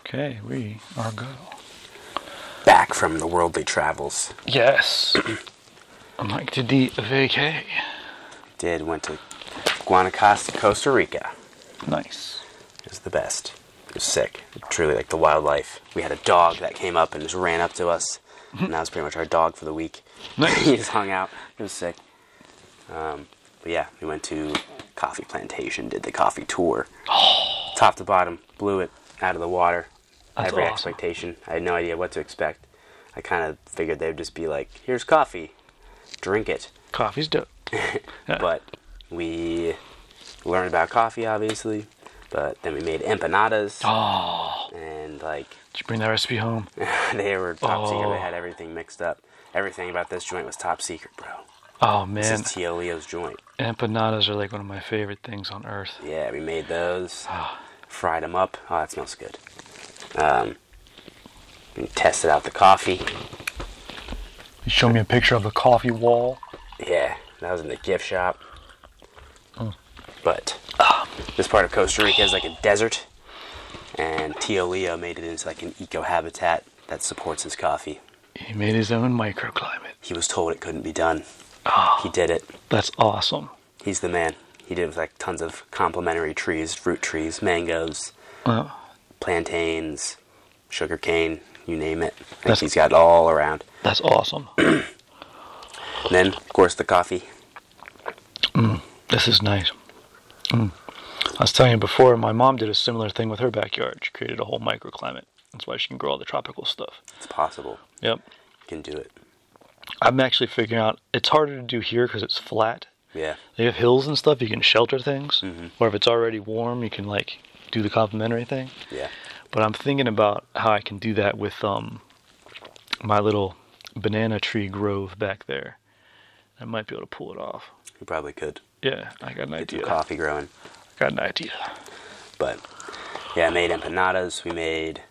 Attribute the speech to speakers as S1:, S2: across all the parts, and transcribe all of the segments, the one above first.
S1: Okay, we are go.
S2: Back from the worldly travels.
S1: Yes. I'm like to de vacay.
S2: Did went to Guanacaste, Costa Rica.
S1: Nice.
S2: It was the best. It was sick. Truly like the wildlife. We had a dog that came up and just ran up to us. And that was pretty much our dog for the week.
S1: Nice.
S2: he just hung out. It was sick. Um, but yeah, we went to Coffee Plantation, did the coffee tour. Top to bottom, blew it out of the water.
S1: That's
S2: Every
S1: awesome.
S2: expectation. I had no idea what to expect. I kind of figured they'd just be like, here's coffee, drink it.
S1: Coffee's dope. Yeah.
S2: But we learned about coffee, obviously. But then we made empanadas.
S1: Oh,
S2: And like,
S1: did you bring that recipe home?
S2: they were top secret.
S1: Oh.
S2: They had everything mixed up. Everything about this joint was top secret, bro.
S1: Oh
S2: This
S1: man,
S2: is Tio Leo's joint.
S1: empanadas are like one of my favorite things on earth.
S2: Yeah, we made those,
S1: Ah.
S2: fried them up. Oh, that smells good. Um, we tested out the coffee.
S1: You show me a picture of the coffee wall.
S2: Yeah, that was in the gift shop.
S1: Hmm.
S2: But um, this part of Costa Rica is like a desert, and Tio Leo made it into like an eco habitat that supports his coffee.
S1: He made his own microclimate.
S2: He was told it couldn't be done.
S1: Oh,
S2: He did it.
S1: that's awesome.
S2: He's the man. He did with like tons of complimentary trees, fruit trees, mangoes,
S1: Uh,
S2: plantains, sugar cane, you name it. Like,
S1: That's-
S2: he's got it all around.
S1: that's awesome.
S2: And then, of course, the coffee.
S1: This is nice. Mm. I was telling you before, my mom did a similar thing with her backyard. She created a whole microclimate. That's why she can grow all the tropical stuff.
S2: It's possible.
S1: Yep.
S2: You can do it.
S1: I'm actually figuring out it's harder to do here because it's flat.
S2: Yeah.
S1: You have hills and stuff, you can shelter things.
S2: Mm-hmm.
S1: Or if it's already warm, you can like do the complimentary thing.
S2: Yeah.
S1: But I'm thinking about how I can do that with um my little banana tree grove back there. I might be able to pull it off.
S2: You probably could.
S1: Yeah, I got an
S2: Get some
S1: idea. I
S2: coffee growing.
S1: got an idea.
S2: But yeah, I made empanadas. We made.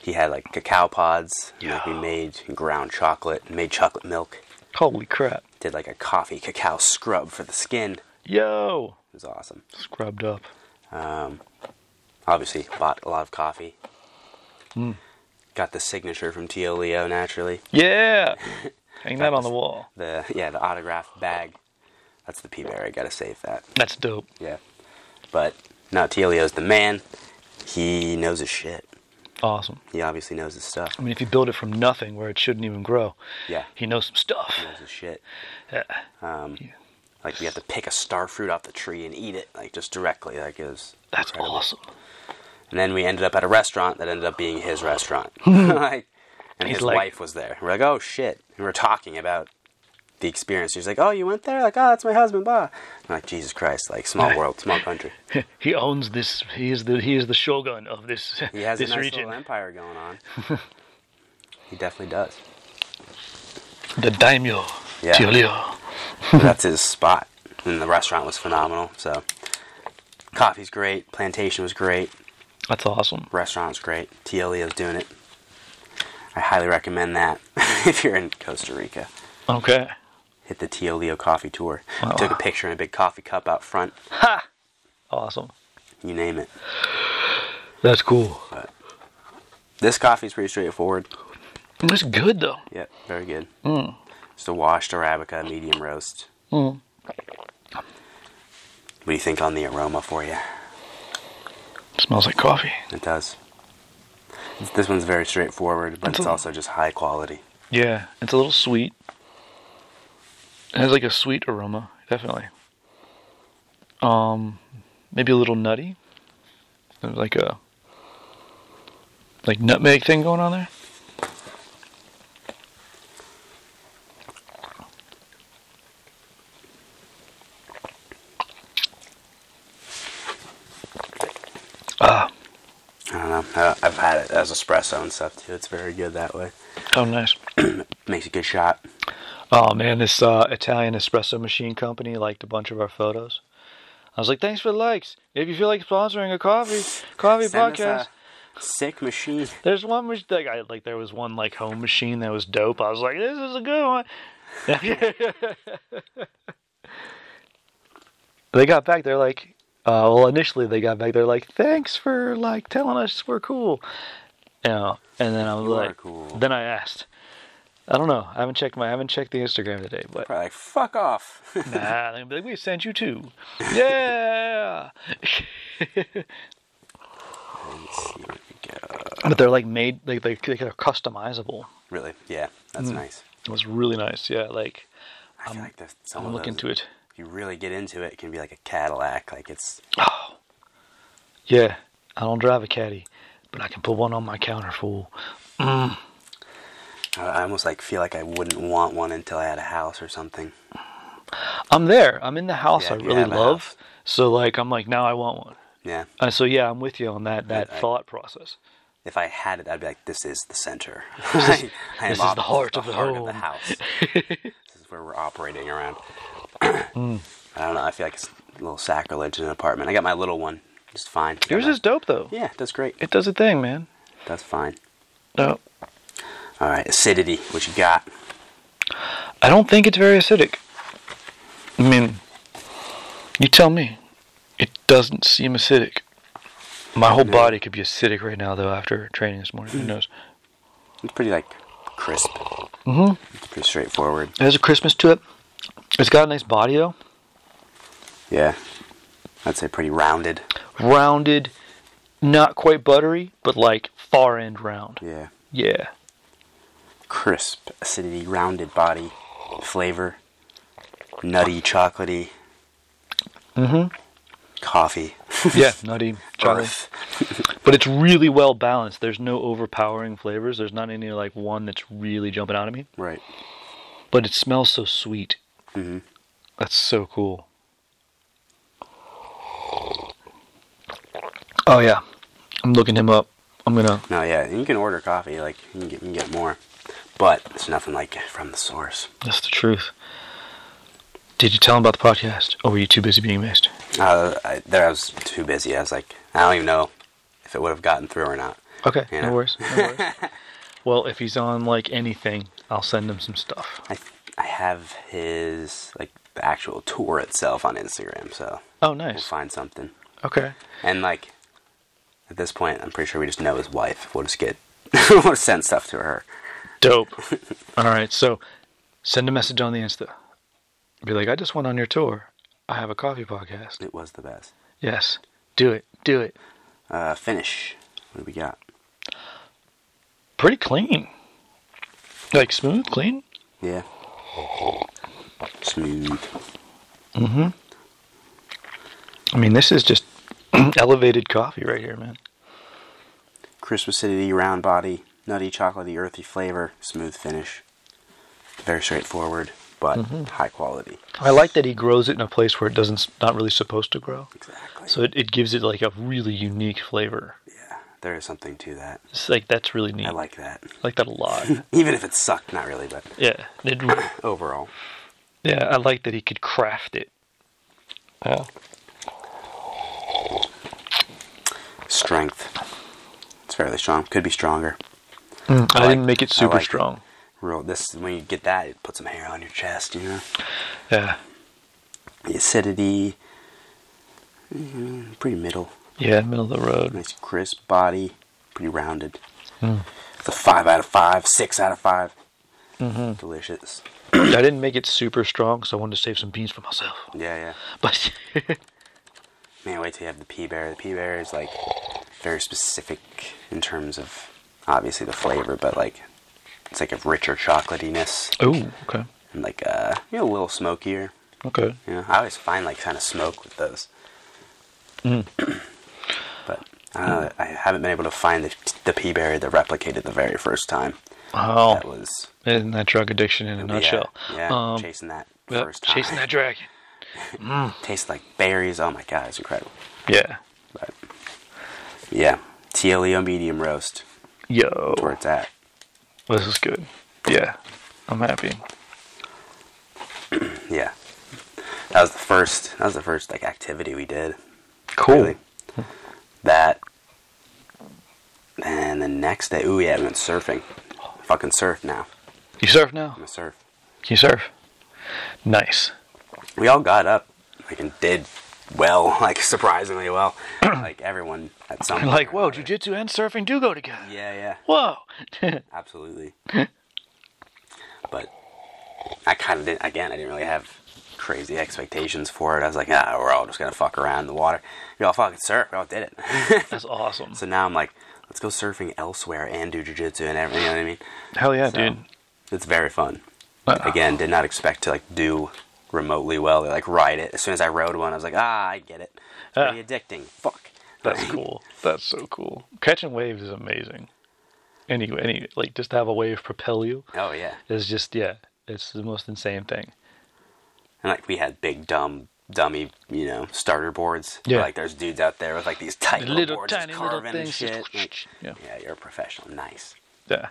S2: He had like cacao pods. and, Like, we
S1: Yeah.
S2: made ground chocolate. Made chocolate milk.
S1: Holy crap.
S2: Did like a coffee cacao scrub for the skin. It
S1: Yo!
S2: was awesome.
S1: Scrubbed up.
S2: Um, obviously, bought a lot of coffee. Got the signature from Tio Leo naturally.
S1: Yeah! Hang that
S2: Got
S1: on the
S2: this-
S1: wall.
S2: The yeah, the autograph bag. That's the P Bear. I gotta save that.
S1: That's dope.
S2: Yeah, but no, Tio Leo's the man. He knows his shit.
S1: Awesome.
S2: He obviously knows his stuff.
S1: I mean, if you build it from nothing where it shouldn't even grow,
S2: Yeah,
S1: he knows some stuff.
S2: he knows his shit.
S1: Yeah.
S2: Um, like we have to pick a star fruit off the tree and eat it like just directly. Like it was.
S1: That's
S2: incredible.
S1: awesome.
S2: And then we ended up at a restaurant that ended up being his restaurant. like, and
S1: He's
S2: his
S1: like-
S2: wife was there. We're like, oh shit. And we're talking about the experience. He's like, oh, you went there? Like, oh, that's my husband, blah. I'm like, Jesus Christ, like, small world, small country.
S1: He owns this. He is the he is the shogun of this
S2: He has
S1: this
S2: a nice
S1: region.
S2: little empire going on. he definitely does.
S1: The daimyo.
S2: Yeah.
S1: Tio Leo.
S2: that's his spot. And the restaurant was phenomenal. So, coffee's great. Plantation was great.
S1: That's awesome.
S2: Restaurant's great. Tielio's doing it. I highly recommend that if you're in Costa Rica.
S1: Okay.
S2: hit the Tiolio coffee tour.
S1: Wow.
S2: Took a picture in a big coffee cup out front.
S1: Ha! Awesome.
S2: You name it.
S1: That's cool.
S2: This coffee is pretty straightforward.
S1: That's good though.
S2: Yep, very good. Just a washed arabica, medium roast.
S1: Mm.
S2: What do you think on the aroma for you?
S1: Smells like coffee.
S2: It does. This one's very straightforward, but
S1: It's
S2: it's
S1: a-
S2: also just high quality.
S1: Yeah, it's a little sweet. It has like a sweet aroma, definitely. Um, maybe a little nutty. There's like a like nutmeg thing going on there. Ah,
S2: I don't know. I- I've had it as espresso and stuff too. It's very good that way.
S1: oh nice.
S2: Makes a good shot.
S1: Oh man, this uh, Italian espresso machine company liked a bunch of our photos. I was like, thanks for the likes. If you feel like sponsoring a coffee coffee
S2: Send us a
S1: podcast,
S2: sick machine.
S1: there's one mach- like I like there was one like home machine that was dope. I was like, this is a good one. they got back. They're like, Uh, well, initially they got back there like, thanks for like telling us we're cool. You know, and then I was
S2: You are
S1: like,
S2: cool.
S1: then I asked. I don't know. I haven't checked my. I haven't checked the Instagram today, but
S2: Probably like, fuck off.
S1: nah, they're gonna be like, we sent you two. Yeah.
S2: Let's see where we go.
S1: but they're like made. Like they, they they're customizable.
S2: Really? Yeah, that's nice.
S1: It was really nice. Yeah. Like
S2: I feel like there's some
S1: Hmm. I'm
S2: of
S1: looking
S2: those,
S1: to it.
S2: If you really get into it, it can be like a Cadillac. Like it's
S1: Yeah. I don't drive a caddy, but I can put one on my counter. Fool.
S2: I- I almost like feel like I wouldn't want one until I had a house or something.
S1: I'm there. I'm in the house
S2: Yeah,
S1: I
S2: you
S1: really
S2: have a
S1: love.
S2: house.
S1: So like I'm like now I want one.
S2: Yeah.
S1: Uh, so yeah, I'm with you on that that
S2: I- I-
S1: thought process.
S2: If I had it, I'd be like, this is the center.
S1: This is-
S2: I am
S1: this is
S2: op-
S1: the heart of the home."
S2: house. this is where we're operating around.
S1: Hmm.
S2: I don't know. I feel like it's a little sacrilege in an apartment. I got my little one. Just fine. I got
S1: Yours
S2: my-
S1: is dope though.
S2: Yeah, that's great.
S1: It does a thing, man.
S2: That's fine.
S1: No,
S2: All right, acidity. What you got?
S1: I don't think it's very acidic. I mean, you tell me. It doesn't seem acidic. My whole body could be acidic right now though after training this morning. Who knows?
S2: It's pretty like crisp. Mm-hmm. It's pretty straightforward.
S1: There's a Christmas to it. It's got a nice body though.
S2: Yeah. I'd say pretty rounded.
S1: Rounded, not quite buttery, but like far end round.
S2: Yeah.
S1: Yeah.
S2: Crisp, acidity, rounded body, flavor, nutty, chocolatey. Mm-hmm. Coffee.
S1: Yeah, nutty, chocolate.
S2: Earth.
S1: But it's really well balanced. There's no overpowering flavors. There's not any like one that's really jumping out at me.
S2: Right.
S1: But it smells so sweet.
S2: Mm-hmm.
S1: That's so cool. Oh yeah, I'm looking him up. I'm gonna.
S2: No, yeah, you can order coffee. Like you can get, you can get more, but it's nothing like from the source.
S1: That's the truth. Did you tell him about the podcast, or were you too busy being missed?
S2: Uh, I, there, I was too busy. I was like, I don't even know if it would have gotten through or not.
S1: Okay,
S2: Yeah.
S1: no worries. No worries. well, if he's on like anything, I'll send him some stuff.
S2: I, I have his like the actual tour itself on Instagram, so
S1: Oh,
S2: we'll
S1: nice.
S2: find something.
S1: Okay.
S2: And like at this point, I'm pretty sure we just know his wife. We'll just get we'll just send stuff to her.
S1: Dope. All right, so send a message on the Insta. Be like, I just went on your tour. I have a coffee podcast.
S2: It was the best.
S1: Yes, do it, do it.
S2: Uh, finish. What do we got?
S1: Pretty clean, like smooth, clean.
S2: Yeah. Smooth.
S1: I mean, this is just elevated coffee right here, man.
S2: Crisp acidity, round body, nutty, chocolatey, earthy flavor, smooth finish. Very straightforward, but high quality.
S1: I like that he grows it in a place where it doesn't, s- not really supposed to grow.
S2: Exactly.
S1: So it, it gives it like a really unique flavor.
S2: yeah, there is something to that.
S1: It's like that's really neat.
S2: I like that.
S1: I like that a lot.
S2: Even if it sucked, not really, but
S1: yeah, it,
S2: overall.
S1: yeah. I like that he could craft it. Yeah.
S2: Strength. It's fairly strong. Could be stronger.
S1: I,
S2: I like-
S1: didn't make it
S2: I
S1: super
S2: like it.
S1: strong.
S2: Real this when you get that, it puts some hair on your chest, you know?
S1: Yeah.
S2: The acidity mm, pretty middle.
S1: Yeah, middle of the road.
S2: Nice crisp body. Pretty rounded. It's a five out of five, six out of 5 Delicious.
S1: I didn't make it super strong, so I wanted to save some beans for myself.
S2: Yeah, yeah.
S1: But
S2: Man, wait till you have the pea bear. The pea bear is like very specific in terms of obviously the flavor, but like it's like a richer chocolatiness
S1: oh, okay,
S2: and like uh, you know, a little smokier.
S1: okay.
S2: You know, I always find like kind of smoke with those.
S1: Mm.
S2: but I don't know, I haven't been able to find the, the pea berry that replicated the very first time.
S1: Oh,
S2: That was
S1: isn't that drug addiction in a
S2: yeah,
S1: nutshell?
S2: Yeah,
S1: Um,
S2: chasing that
S1: yep,
S2: first time.
S1: chasing that dragon.
S2: Tastes like berries. Oh my god, it's incredible.
S1: Yeah.
S2: But yeah, TLEO medium roast,
S1: Yo,
S2: where it's at.
S1: this is good. Yeah, I'm happy.
S2: Yeah, that was the first. That was the first like activity we did.
S1: Cool.
S2: Really. That. And the next day, ooh yeah, I went surfing. Fucking surf now.
S1: You surf now?
S2: I'm gonna surf.
S1: You surf. Nice.
S2: We all got up, like and did well, like surprisingly well. like everyone at some point
S1: Like,
S2: or
S1: whoa,
S2: another.
S1: jujitsu and surfing do go together.
S2: Yeah, yeah.
S1: Whoa.
S2: Absolutely. but I kind of didn't, again, I didn't really have crazy expectations for it. I was like, ah, we're all just going to fuck around in the water. We all fucking surf. We all did it.
S1: That's awesome.
S2: so now I'm like, let's go surfing elsewhere and do jujitsu and everything. You know what I mean?
S1: Hell yeah,
S2: So,
S1: dude.
S2: It's very fun.
S1: Uh,
S2: Again, did not expect to like do remotely well or like ride it. As soon as I rode one, I was like, ah, I get it. It's
S1: Ah.
S2: pretty addicting. Fuck.
S1: That's cool. That's so cool. Catching waves is amazing. Any, any, like just to have a wave propel you
S2: Oh, yeah.
S1: is just, yeah, it's the most insane thing.
S2: And like we had big dumb dummy, you know, starter boards.
S1: Yeah.
S2: Like there's dudes out there with like these tiny little,
S1: little
S2: boards just
S1: tiny little
S2: carving
S1: things.
S2: and
S1: just-
S2: shit. Like,
S1: yeah.
S2: yeah, you're a professional. Nice.
S1: Yeah.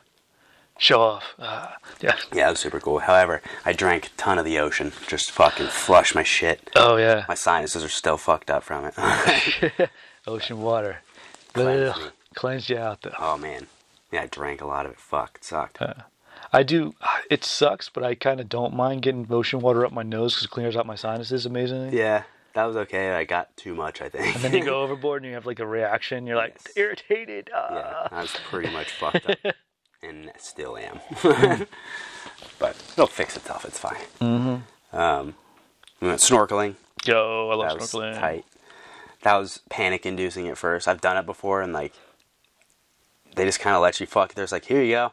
S1: Show off. Uh, yeah.
S2: Yeah, that was super cool. However, I drank a ton of the ocean. Just fucking flush my shit.
S1: Oh, yeah.
S2: My sinuses are still fucked up from it.
S1: Ocean water.
S2: Cleanse
S1: Ugh.
S2: me.
S1: Cleanse you out, though.
S2: oh man. Yeah, I drank a lot of it. Fuck, it sucked.
S1: I do. uh, It sucks, but I kind of don't mind getting ocean water up my nose because it clears out my sinuses amazingly.
S2: yeah, that was okay. I got too much, I think.
S1: And then you go overboard and you have like a reaction. You're like
S2: Yes.
S1: irritated.
S2: yeah,
S1: ah.
S2: I was pretty much fucked up, and still am. but they'll fix itself. It's fine. Mm-hmm. Um, we went snorkeling.
S1: Yo, I love
S2: That was
S1: snorkeling.
S2: tight. That was panic-inducing at first. I've done it before, and like, they just kind of let you fuck. There's like, here you go.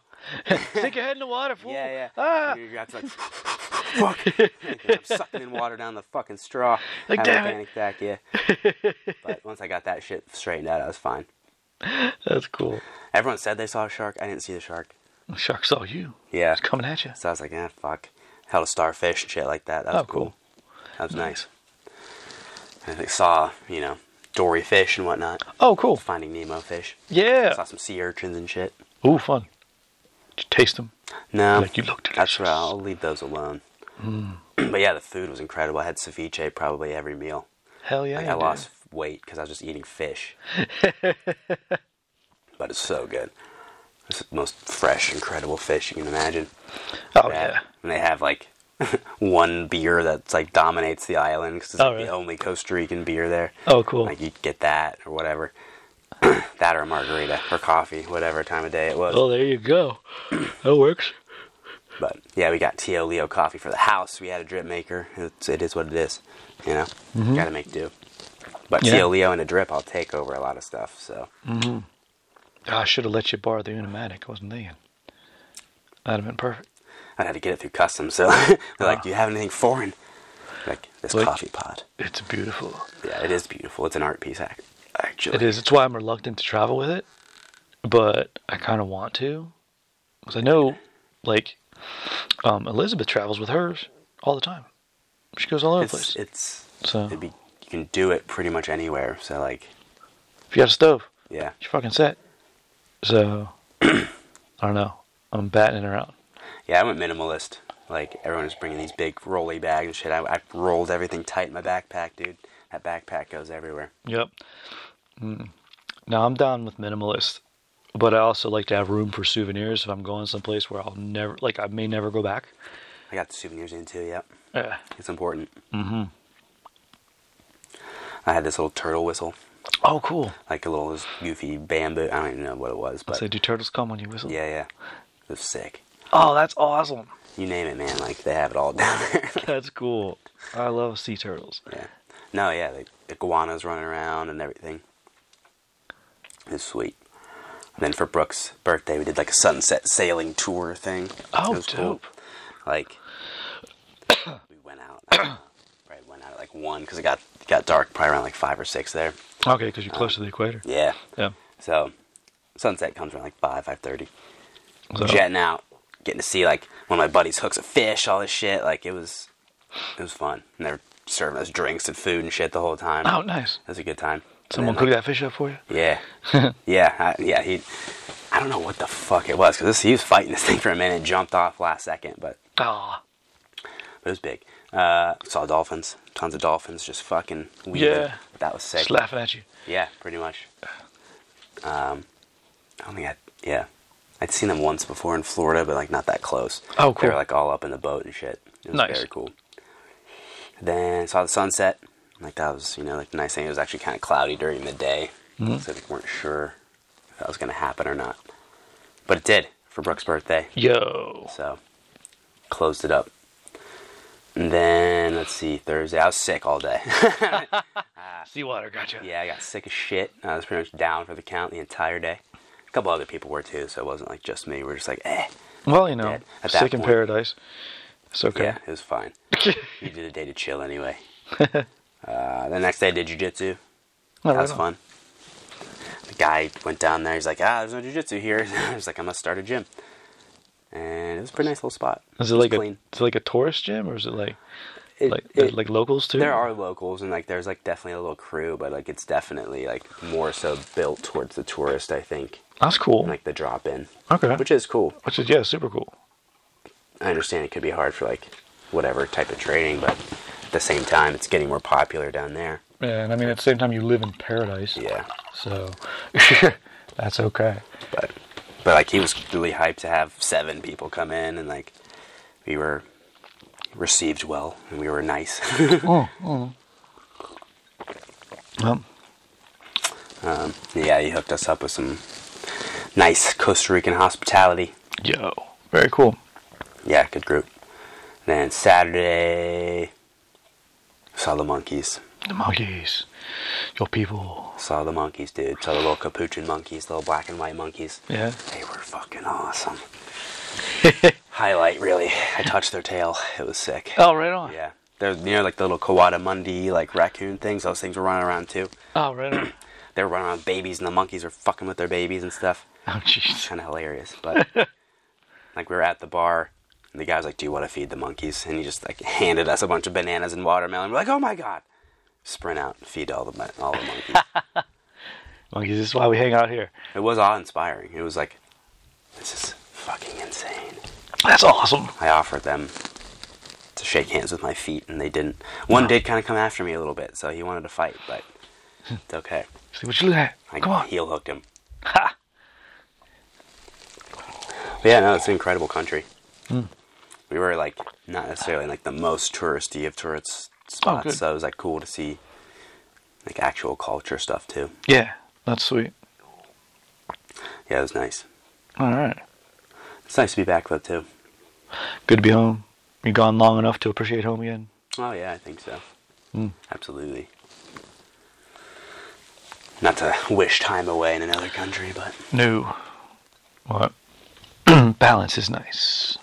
S1: Stick your head in the water, fool.
S2: Yeah, yeah.
S1: Ah,
S2: You got to like, fuck. I'm sucking in water down the fucking straw.
S1: Like,
S2: having
S1: damn
S2: a
S1: it.
S2: panic attack. Yeah. but once I got that shit straightened out, I was fine.
S1: that's cool.
S2: Everyone said they saw a shark. I didn't see the shark.
S1: The shark saw you.
S2: Yeah.
S1: It's coming at you.
S2: So I was like, ah, fuck. Held a starfish and shit like that. That was
S1: Oh,
S2: cool.
S1: cool.
S2: That was nice. And I saw, you know, dory fish and whatnot.
S1: Oh, cool.
S2: Finding Nemo fish. Saw
S1: Yeah.
S2: some sea urchins and shit.
S1: Ooh, fun. Did you taste them?
S2: No,
S1: Like, you Hmm. look
S2: Oh, that's right.
S1: delicious.
S2: I'll leave those alone. but yeah, the food was incredible. I had ceviche probably every meal.
S1: Hell yeah.
S2: Like,
S1: you
S2: I
S1: did.
S2: lost weight because I was just eating fish. but it's so good. It's the most fresh, incredible fish you can imagine.
S1: Oh
S2: that.
S1: yeah.
S2: And they have like one beer that's like dominates the island 'cause it's
S1: Oh,
S2: like,
S1: really?
S2: the only Costa Rican beer there.
S1: Oh cool.
S2: Like you get that or whatever. that or a margarita or coffee, whatever time of day it was.
S1: Oh, there you go. That works.
S2: But yeah, we got Tio Leo coffee for the house. We had a drip maker. It's, it is what it is. You know, gotta make do. But
S1: Mm-hmm. Yeah.
S2: Tio Leo and a drip, I'll take over a lot of stuff. So
S1: Ah, I should have let you borrow the Unimatic. I wasn't thinking. That'd have been perfect.
S2: I had to get it through customs. So they're
S1: Ah.
S2: like, "Do you have anything foreign?" Like this
S1: Like-
S2: coffee pot.
S1: It's beautiful.
S2: Yeah, it is beautiful. It's an art piece, ac- actually.
S1: It is. It's why I'm reluctant to travel with it, but I kind of want to, because I know, like, um, Elizabeth travels with hers all the time. She goes all over the
S2: It's
S1: place.
S2: it's
S1: so
S2: it'd be you can do it pretty much anywhere. So like,
S1: if you got a stove,
S2: yeah.
S1: you're fucking set. So I don't know. I'm batting it around.
S2: Yeah, I went minimalist. Like everyone was bringing these big rolly bags and shit. I, I rolled everything tight in my backpack, dude. That backpack goes everywhere.
S1: Yep. Mm. Now I'm down with minimalist, but I also like to have room for souvenirs if I'm going someplace where I'll never, like, I may never go back.
S2: I got the souvenirs in too. Yep,
S1: Yeah.
S2: it's important. Mm-hmm. I had this little turtle whistle,
S1: Oh, cool.
S2: like a little goofy bamboo. I don't even know what it was, but
S1: So do turtles come when you whistle?
S2: yeah, yeah, it was sick.
S1: Oh, that's awesome.
S2: You name it, man. Like they have it all down there.
S1: That's cool. I love sea turtles.
S2: yeah. No, yeah, the iguanas running around and everything. It's sweet. And then for Brooks' birthday, we did like a sunset sailing tour thing.
S1: Oh,
S2: It was cool.
S1: dope.
S2: Like we went out. I don't know, Probably went out at like one because it got got dark. Probably around like five or six there.
S1: Okay, because you're close to the equator.
S2: Yeah.
S1: Yeah.
S2: So sunset comes around like five, five thirty.
S1: So-
S2: Jetting out, getting to see like one of my buddies hooks a fish, all this shit. Like it was, it was fun. And they're serving us drinks and food and shit the whole time.
S1: Oh, nice.
S2: It was a good time. And
S1: Someone
S2: then,
S1: cook
S2: like,
S1: that fish up for you?
S2: Yeah, yeah, I, yeah. He, I don't know what the fuck it was because he was fighting this thing for a minute, jumped off last second, but
S1: Ah.
S2: but it was big. Uh, saw dolphins, tons of dolphins, just fucking weaving.
S1: Yeah.
S2: that was sick.
S1: Just laughing at you.
S2: Yeah, pretty much. Um, I don't think I. Yeah, I'd seen them once before in Florida, but like not that close.
S1: Oh,
S2: They were
S1: cool.
S2: like all up in the boat and shit. It was
S1: Nice.
S2: Very cool. Then saw the sunset. Like that was, you know, like the nice thing. It was actually kind of cloudy during the day,
S1: Mm-hmm.
S2: so we weren't sure if that was going to happen or not. But it did for Brooke's birthday,
S1: Yo.
S2: so closed it up. And then let's see, Thursday I was sick all day.
S1: Seawater, gotcha.
S2: yeah, I got sick as shit. I was pretty much down for the count the entire day. A couple other people were too, so it wasn't like just me. We are just like, eh,
S1: Well, you know,
S2: Dead at that
S1: sick in
S2: point.
S1: paradise. It's okay.
S2: Yeah, it was fine. you did a day to chill anyway. uh, the next day, I did jujitsu.
S1: Oh,
S2: That
S1: right
S2: was
S1: on.
S2: fun. The guy went down there. He's like, ah, there's no jujitsu here. I was like, I must start a gym. And it was a pretty nice little spot.
S1: Is it like a
S2: clean.
S1: is it like a tourist gym or is it like
S2: It-
S1: like
S2: it-
S1: like locals too?
S2: there are locals and like there's like definitely a little crew, but like it's definitely like more so built towards the tourist, I think,
S1: That's cool.
S2: and, like the drop in,
S1: okay.
S2: which is cool.
S1: Which is yeah, super cool.
S2: I understand it could be hard for like whatever type of training, but at the same time, it's getting more popular down there.
S1: Yeah, and I mean at the same time you live in paradise.
S2: Yeah.
S1: So that's okay.
S2: but but like he was really hyped to have seven people come in and like we were received well and we were nice
S1: oh, oh. Well,
S2: yeah he hooked us up with some nice costa rican hospitality
S1: yo. Very cool.
S2: yeah good group then saturday saw the monkeys
S1: The monkeys. Your people.
S2: saw the monkeys dude saw the little capuchin monkeys little black and white monkeys
S1: Yeah.
S2: they were fucking awesome highlight really i touched their tail it was sick
S1: Oh, right on.
S2: Yeah. There's you know like the little Kawada Mundi like raccoon things. Those things were running around too.
S1: Oh, right on.
S2: They were running around with babies, and the monkeys were fucking with their babies and stuff.
S1: Oh, jeez.
S2: Kind of hilarious, but like we were at the bar, and the guy was like, "Do you want to feed the monkeys?" And he just like handed us a bunch of bananas and watermelon. We're like, "Oh my god!" Sprint out, and feed all the mon- all the monkeys.
S1: Monkeys, this is why we hang out here.
S2: it was awe inspiring. It was like, this is fucking insane.
S1: That's awesome.
S2: I offered them to shake hands with my feet, and they didn't. One did kind of come after me a little bit, so he wanted to fight, but it's okay.
S1: See what you look at.
S2: I
S1: Come on.
S2: heel hooked him.
S1: Ha.
S2: But yeah, no, it's an incredible country.
S1: Hmm.
S2: We were like not necessarily in, like the most touristy of tourist spots,
S1: Oh, good.
S2: so it was like cool to see like actual culture stuff too.
S1: Yeah, that's sweet.
S2: Yeah, it was nice.
S1: All right.
S2: It's nice to be back though too.
S1: Good to be home. You've gone long enough to appreciate home again.
S2: Oh yeah, I think so. Absolutely. Not to wish time away in another country, but
S1: No. What? Balance is nice.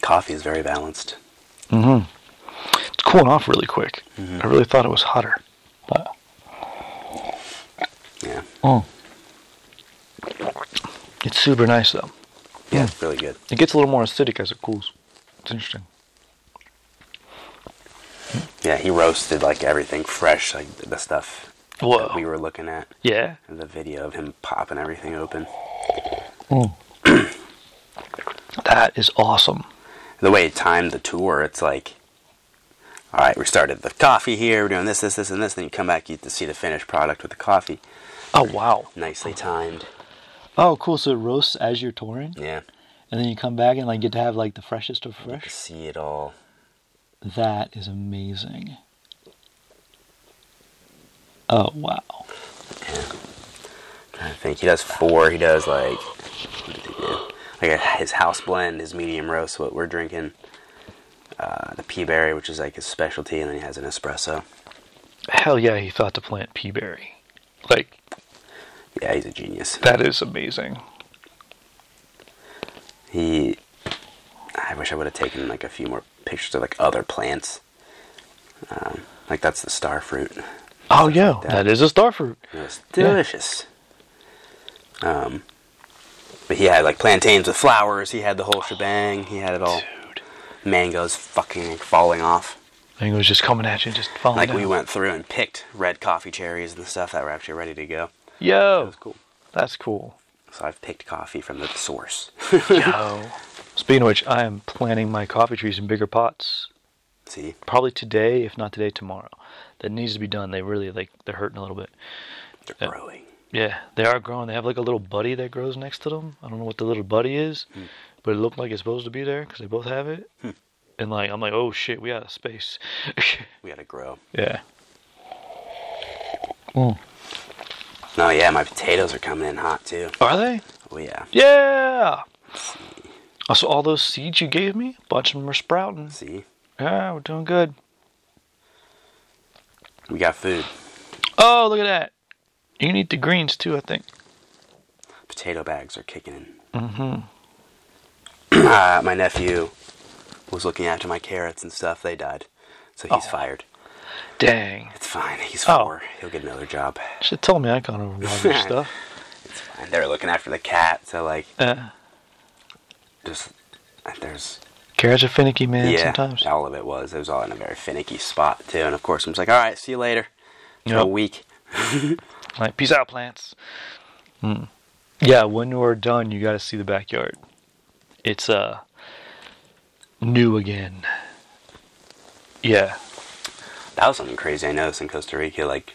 S2: coffee is very balanced.
S1: It's cooling off really quick. I really thought it was hotter. But,
S2: Yeah,
S1: oh. It's super nice though.
S2: yeah, it's really good.
S1: It gets a little more acidic as it cools. It's interesting.
S2: Yeah, he roasted like everything fresh, like the stuff
S1: Whoa.
S2: that we were looking at.
S1: Yeah.
S2: the video of him popping everything open.
S1: Oh. That is awesome.
S2: The way it timed the tour, it's like, all right, we started the coffee here, we're doing this, this, this, and this. Then you come back, you get to see the finished product with the coffee.
S1: Oh wow.
S2: Nicely timed.
S1: Oh cool. So it roasts as you're touring,
S2: Yeah.
S1: and then you come back and like get to have like the freshest of fresh.
S2: See it all.
S1: That is amazing. Oh wow.
S2: I think he does four. He does like, what did he do? Like a, his house blend, his medium roast, what we're drinking. Uh, the pea berry, which is like his specialty, and then he has an espresso.
S1: Hell yeah, he thought to plant pea berry. Like
S2: Yeah, he's a genius.
S1: that is amazing.
S2: he i wish i would have taken like a few more pictures of like other plants um, like that's the star fruit
S1: Oh yeah,
S2: that.
S1: that is a star fruit.
S2: it was
S1: Yeah.
S2: delicious um, but he had like plantains with flowers he had the whole shebang he had it all
S1: Dude,
S2: mangoes fucking falling off
S1: mango's just coming at you, and just falling.
S2: like
S1: down.
S2: we went through and picked red coffee cherries and stuff that were actually ready to go it
S1: Yo,
S2: was cool
S1: that's cool.
S2: so i've picked coffee from the source
S1: Yo. Speaking of which, I am planting my coffee trees in bigger pots.
S2: see
S1: Probably today, if not today, tomorrow. That needs to be done. They really like they're hurting a little bit.
S2: they're growing
S1: Yeah, they are growing. They have like a little buddy that grows Hmm. next to them. I don't know what the little buddy is, but it looked like it's supposed to be there because they both have it. and like I'm like, oh shit, we out of space.
S2: We gotta grow.
S1: yeah. Mm.
S2: Oh yeah, my potatoes are coming in hot too.
S1: Are they?
S2: Oh yeah.
S1: Yeah. Also, all those seeds you gave me, a bunch of them are sprouting.
S2: See,
S1: Yeah, we're doing good.
S2: we got food.
S1: Oh, look at that. You can eat the greens too, I think.
S2: Potato bags are kicking in. Mm-hmm. uh, my nephew was looking after my carrots and stuff. They died, so he's
S1: Oh.
S2: fired.
S1: Dang.
S2: It's fine. He's
S1: Oh.
S2: 4 He'll get another job.
S1: Should have told me I gone over all your stuff. Uh,
S2: It's fine. They're looking after the cat, so like,
S1: Yeah.
S2: just there's
S1: Carrots are finicky, man,
S2: yeah,
S1: sometimes.
S2: all of it was. It was all in a very finicky spot too. And of course, I'm just like, all right, see you later. For a
S1: Yep.
S2: week.
S1: Like, peace out, plants. Mm. Yeah, when we're done, you got to see the backyard. It's uh new again. Yeah.
S2: That was something crazy I noticed in Costa Rica. Like,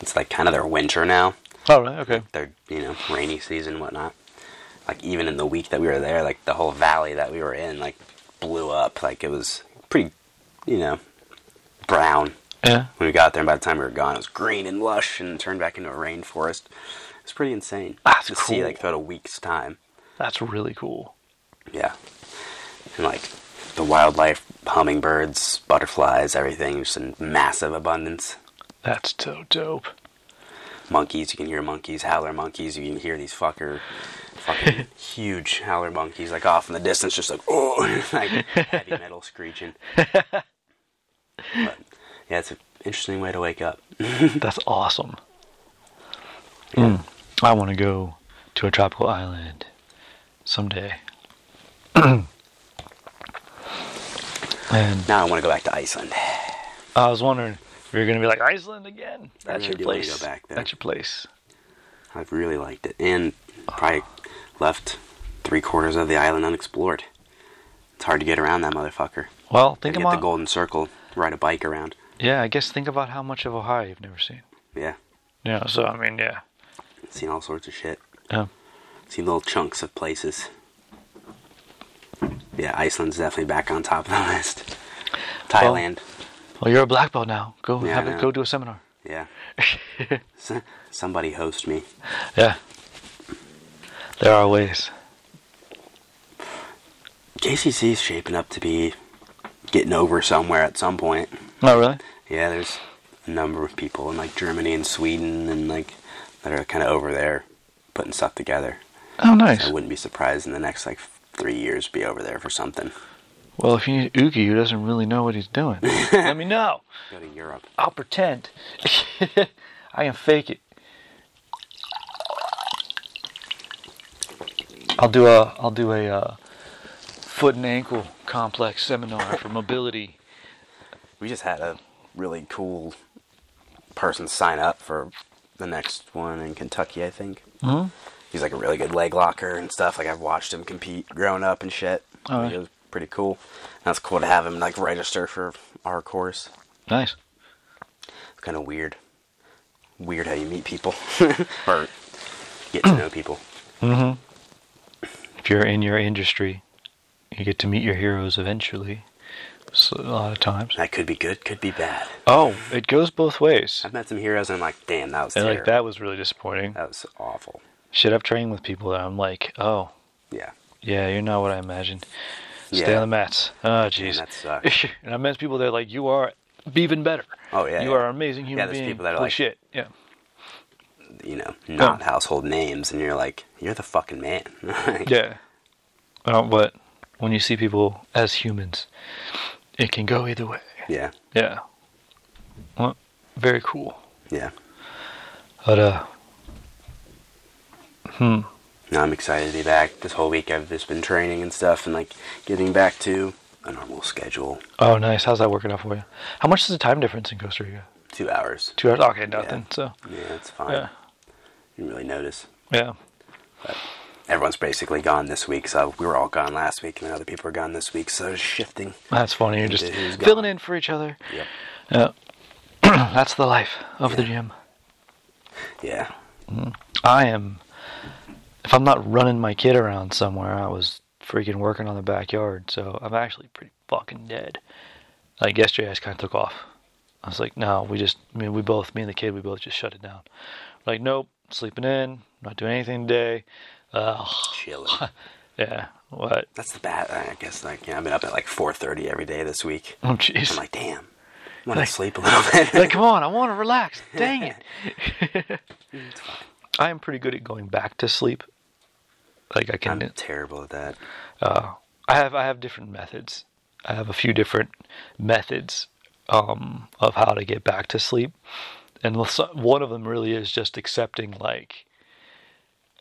S2: it's like kind of their winter now.
S1: All right. Okay.
S2: Their you know rainy season and whatnot. Like even in the week that we were there, like the whole valley that we were in, like blew up. Like it was pretty, you know, brown.
S1: Yeah.
S2: When we got there, and by the time we were gone, it was green and lush and turned back into a rainforest. It's pretty insane
S1: That's
S2: to see
S1: cool.
S2: like throughout a week's time.
S1: That's really cool.
S2: Yeah, and like the wildlife, hummingbirds, butterflies, everything just in massive abundance.
S1: That's so dope.
S2: Monkeys, you can hear monkeys, howler monkeys. You can hear these fucker, fucking huge howler monkeys like off in the distance, just like oh, like heavy metal screeching. But, yeah, it's an interesting way to wake up.
S1: That's awesome. Mm. I want to go to a tropical island someday. and
S2: Now I want to go back to Iceland.
S1: I was wondering if you're going to be like Iceland again. That's your
S2: really do wanna go
S1: place.
S2: back there.
S1: That's your place.
S2: I've really liked it, and probably left three quarters of the island unexplored. It's hard to get around that motherfucker.
S1: Well, think
S2: Get
S1: about
S2: the Golden Circle, ride a bike around.
S1: yeah. I guess think about how much of Ohio you've never seen.
S2: Yeah,
S1: Yeah. So I mean, yeah.
S2: seen all sorts of shit.
S1: Yeah.
S2: Seen little chunks of places. Yeah, Iceland's definitely back on top of the list. Thailand.
S1: Well, you're a black belt now. Go
S2: Yeah, I
S1: have a,
S2: know.
S1: go do a seminar.
S2: Yeah. S- somebody host me.
S1: Yeah. There are ways.
S2: JCC's shaping up to be getting over somewhere at some point.
S1: Not Oh, really.
S2: Yeah, there's a number of people in like Germany and Sweden and like that are kind of over there putting stuff together.
S1: Oh, nice.
S2: I wouldn't be surprised in the next like three years be over there for something.
S1: Well, if you need Oogie who doesn't really know what he's doing, let me know.
S2: Go to Europe.
S1: I'll pretend. I can fake it. I'll do a I'll do a uh, foot and ankle complex seminar for mobility.
S2: We just had a really cool person sign up for the next one in Kentucky, I think.
S1: hmm
S2: He's like a really good leg locker and stuff. Like I've watched him compete growing up and shit.
S1: Oh,
S2: Like,
S1: yeah.
S2: It was pretty cool. That's cool to have him like register for our course.
S1: Nice.
S2: It's kind of weird. Weird how you meet people or get to know people.
S1: If you're in your industry, you get to meet your heroes eventually. So, a lot of times.
S2: That could be good, could be bad.
S1: Oh, it goes both ways.
S2: I've met some heroes and I'm like, damn, that was
S1: And
S2: terrible.
S1: like that was really disappointing.
S2: That was awful.
S1: Shit, I've trained with people that I'm like, oh,
S2: Yeah.
S1: Yeah, you're not what I imagined. Stay
S2: Yeah.
S1: on the mats. Oh, jeez.
S2: that sucks.
S1: and I met people that are like, you are even better.
S2: Oh, yeah,
S1: You
S2: yeah.
S1: are an amazing human
S2: Yeah, there's
S1: being.
S2: people that are
S1: Holy
S2: like-
S1: shit. Yeah.
S2: You know, not household names, and you're like, you're the fucking man. Like,
S1: Yeah. Uh, but when you see people as humans, it can go either way.
S2: yeah.
S1: Yeah. Well, very cool.
S2: Yeah.
S1: But, uh,
S2: No, I'm excited to be back. This whole week I've just been training and stuff and like getting back to a normal schedule.
S1: oh, nice. How's that working out for you? How much is the time difference in Costa Rica?
S2: Two hours.
S1: Two hours? Okay, nothing. So,
S2: Yeah, it's fine.
S1: yeah.
S2: You didn't really notice.
S1: Yeah.
S2: Everyone's basically gone this week, so we were all gone last week, and then other people are gone this week, so it's shifting.
S1: That's funny. You're
S2: And
S1: just
S2: who's gone.
S1: filling in for each other.
S2: Yep.
S1: Yeah. That's the life of the gym.
S2: Yeah.
S1: I am. If I'm not running my kid around somewhere, I was freaking working on the backyard, so I'm actually pretty fucking dead. Like yesterday, I just kind of took off. I was like, no, we just, I mean, we both, me and the kid, we both just shut it down. Like, nope, sleeping in, not doing anything today. Uh,
S2: Chilling.
S1: yeah, what?
S2: That's the bad. I guess like yeah, I've been up at like 4:30 every day this week.
S1: Oh, jeez.
S2: I'm like, damn, I want to
S1: Like-
S2: sleep a little bit.
S1: like, come on, I want to relax. Dang it. I am pretty good at going back to sleep. Like I
S2: I'm
S1: can,
S2: terrible at that.
S1: uh, I have I have different methods. I have a few different methods um, of how to get back to sleep, and so- one of them really is just accepting like,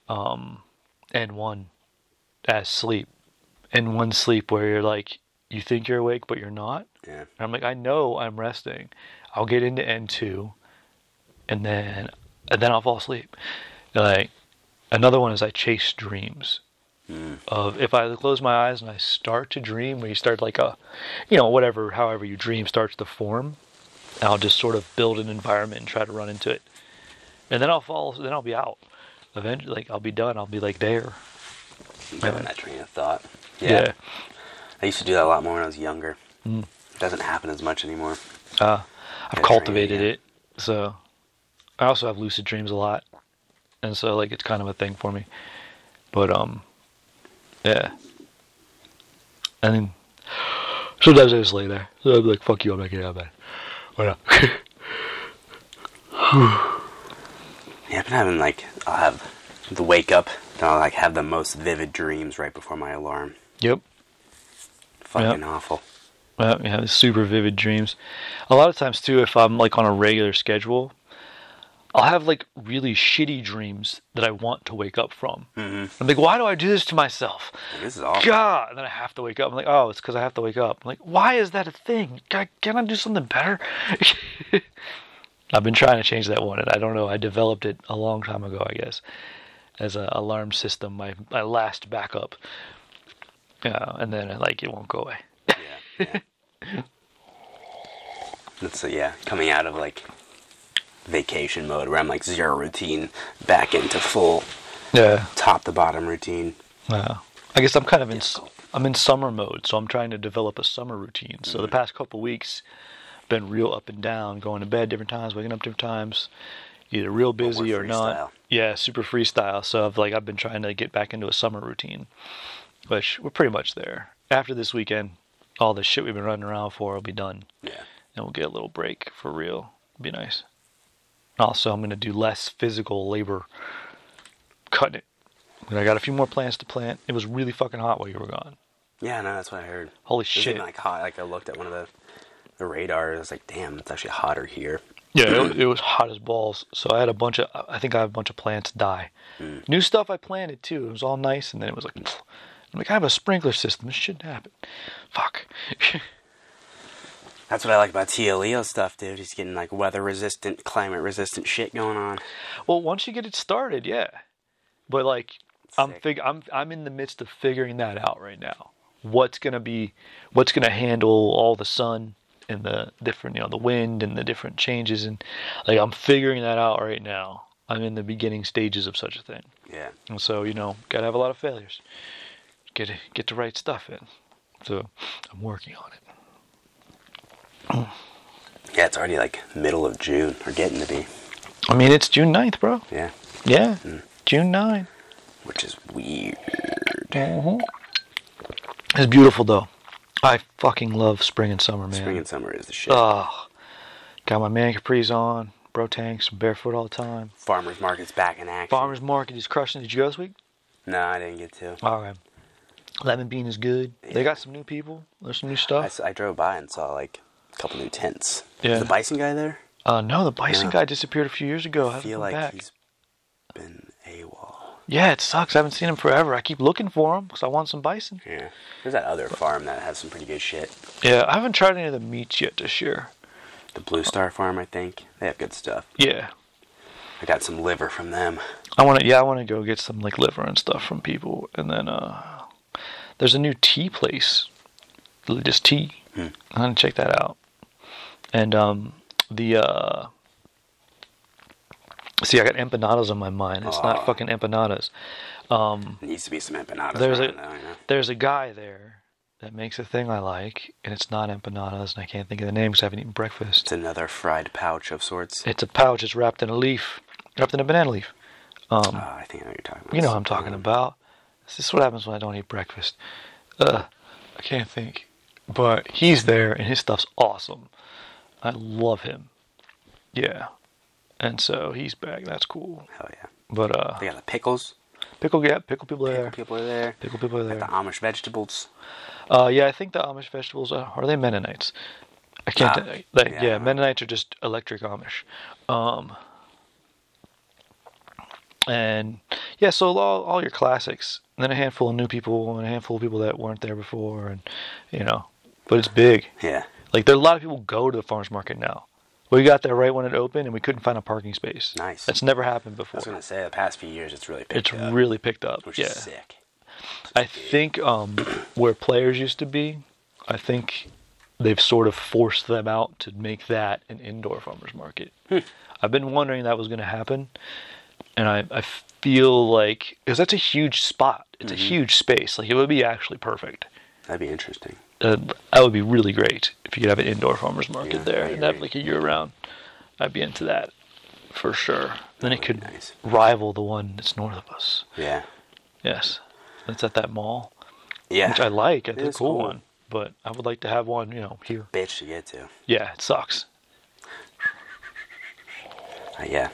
S1: um, and one as sleep, and one sleep where you're like you think you're awake but you're not,
S2: Yeah.
S1: and I'm like, I know I'm resting. I'll get into N2, and then and then I'll fall asleep. And, like another one is I chase dreams. Of if I close my eyes and I start to dream, where you start like a, you know, whatever, however you dream starts to form, and I'll just sort of build an environment and try to run into it, and then I'll fall. Then I'll be out. Eventually, like I'll be done. I'll be like there.
S2: I'm having that train of thought.
S1: Yeah. Mm.
S2: I used to do that a lot more when I was younger. It doesn't happen as much anymore.
S1: Uh, I've
S2: Good
S1: cultivated
S2: dream, yeah.
S1: it. So I also have lucid dreams a lot. And so like it's kind of a thing for me. But um yeah. And then sometimes I just lay there. So I'm like, fuck you, I'm not getting out of bed. Why not?
S2: Yeah, I've been having like I'll have the wake up, then I'll like have the most vivid dreams right before my alarm.
S1: yep.
S2: Fucking awful.
S1: Well, yeah, these super vivid dreams. A lot of times too, if I'm like on a regular schedule, I'll have like really shitty dreams that I want to wake up from. Mm-hmm. I'm like, why do I do this to myself?
S2: This is awful.
S1: God, and then I have to wake up. I'm like, oh, it's because I have to wake up. I'm like, why is that a thing? God, can I do something better? I've been trying to change that one, and I don't know. I developed it a long time ago, I guess, as an alarm system, my my last backup. Yeah, and then like it won't go away.
S2: yeah, yeah. That's uh, yeah, coming out of like vacation mode where I'm like zero routine back into full
S1: Yeah.
S2: top to bottom routine.
S1: Yeah. I guess I'm kind of in s- I'm in summer mode, so I'm trying to develop a summer routine. So the past couple weeks been real up and down, going to bed different times, waking up different times, either real busy or
S2: freestyle.
S1: not. Yeah, super freestyle. So I've like I've been trying to get back into a summer routine, which we're pretty much there. After this weekend, all the shit we've been running around for will be done,
S2: Yeah.
S1: and we'll get a little break for real. It'll be nice. Also, I'm gonna do less physical labor. Cutting it. And I got a few more plants to plant. It was really fucking hot while you were gone.
S2: Yeah, no, that's what I heard.
S1: Holy
S2: It was even,
S1: shit.
S2: like hot. Like I looked at one of the the radars. I was like, damn, it's actually hotter here.
S1: Yeah, it, it was hot as balls. So I had a bunch of, I think I have a bunch of plants die.
S2: Mm.
S1: New stuff I planted too. It was all nice, and then it was like, I'm like, I have a sprinkler system. This shouldn't happen. Fuck.
S2: That's what I like about TLEO stuff, dude. He's getting like weather resistant, climate resistant shit going on.
S1: well, once you get it started, yeah. But like, I'm
S2: Sick.
S1: fig- I'm I'm in the midst of figuring that out right now. What's gonna be, what's gonna handle all the sun and the different, you know, the wind and the different changes, and like I'm figuring that out right now. I'm in the beginning stages of such a thing.
S2: Yeah.
S1: And so, you know, gotta have a lot of failures. Get get the right stuff in. So I'm working on it.
S2: Yeah, it's already like middle of June or getting to be.
S1: I mean, it's June 9th, bro.
S2: Yeah.
S1: Yeah, June 9th.
S2: Which is weird.
S1: It's beautiful though. I fucking love spring and summer, man.
S2: Spring and summer is the shit.
S1: Oh, got my man capris on, bro tanks, barefoot all the time.
S2: Farmers market's back in action.
S1: Farmers market is crushing. Did you go this week?
S2: No, I didn't get to.
S1: All right. Lemon bean is good. They got some new people. There's some new
S2: I,
S1: stuff.
S2: s- I drove by and saw like a couple new tents.
S1: Yeah.
S2: Is the bison guy there?
S1: Uh, no, the bison
S2: Yeah.
S1: guy disappeared a few years ago.
S2: I
S1: Hasn't
S2: feel
S1: come
S2: like
S1: back.
S2: he's been AWOL.
S1: Yeah, it sucks. I haven't seen him forever. I keep looking for him because I want some bison.
S2: Yeah. There's that other farm that has some pretty good shit.
S1: Yeah, I haven't tried any of the meats yet this year.
S2: The Blue Star Farm, I think. They have good stuff.
S1: Yeah,
S2: I got some liver from them.
S1: I want to. Yeah, I want to go get some like liver and stuff from people, and then uh, there's a new tea place, just tea. I'm gonna check that out. And um, the uh, See, I got empanadas on my mind. It's
S2: Aw.
S1: not fucking empanadas. Um,
S2: Needs to be some empanadas.
S1: there's
S2: around,
S1: a
S2: though, you know?
S1: there's a guy there that makes a thing I like, and it's not empanadas, and I can't think of the name because I haven't eaten breakfast.
S2: It's another fried pouch of sorts.
S1: It's a pouch that's wrapped in a leaf, wrapped in a banana leaf.
S2: Oh, I think I know what you're talking about.
S1: You know what I'm talking about. This is what happens when I don't eat breakfast. Uh, I can't think. But he's there, and his stuff's awesome. I love him. Yeah. And so he's back. That's cool.
S2: Hell yeah.
S1: But uh,
S2: They got the pickles.
S1: pickle, yeah, pickle people are there.
S2: Pickle people are there.
S1: Pickle people are
S2: Got the
S1: there.
S2: Amish vegetables.
S1: Uh, yeah, I think the Amish vegetables are, are they Mennonites? I can't.
S2: Ah,
S1: think- like,
S2: yeah, I
S1: yeah.
S2: don't know.
S1: Mennonites are just electric Amish. Um, and yeah, so all all your classics, and then a handful of new people, and a handful of people that weren't there before, and you know, but it's big.
S2: Yeah.
S1: Like there, a lot of people go to the farmers market now. We got there right when it opened, and we couldn't find a parking space.
S2: Nice.
S1: That's never happened
S2: I
S1: before.
S2: was gonna say the past few years it's really picked
S1: It's
S2: up,
S1: really picked up.
S2: which
S1: yeah.
S2: is sick.
S1: I think um, where players used to be, I think they've sort of forced them out to make that an indoor farmers market.
S2: Hmm.
S1: I've been wondering that was going to happen, and I, I feel like because that's a huge spot, it's
S2: Mm-hmm.
S1: a huge space. Like it would be actually perfect.
S2: That'd be interesting.
S1: Uh, that would be really great if you could have an indoor farmers market
S2: Yeah,
S1: there
S2: I
S1: and have
S2: agree.
S1: like a year round. I'd be into that for sure. Then it
S2: would be
S1: could
S2: nice.
S1: rival the one that's north of us.
S2: Yeah.
S1: Yes, that's at that mall
S2: Yeah.
S1: which I like.
S2: It
S1: It's
S2: is
S1: a cool,
S2: cool.
S1: one, but I would like to have one, you know, here.
S2: Bitch to get to.
S1: Yeah, it sucks.
S2: Uh, yeah.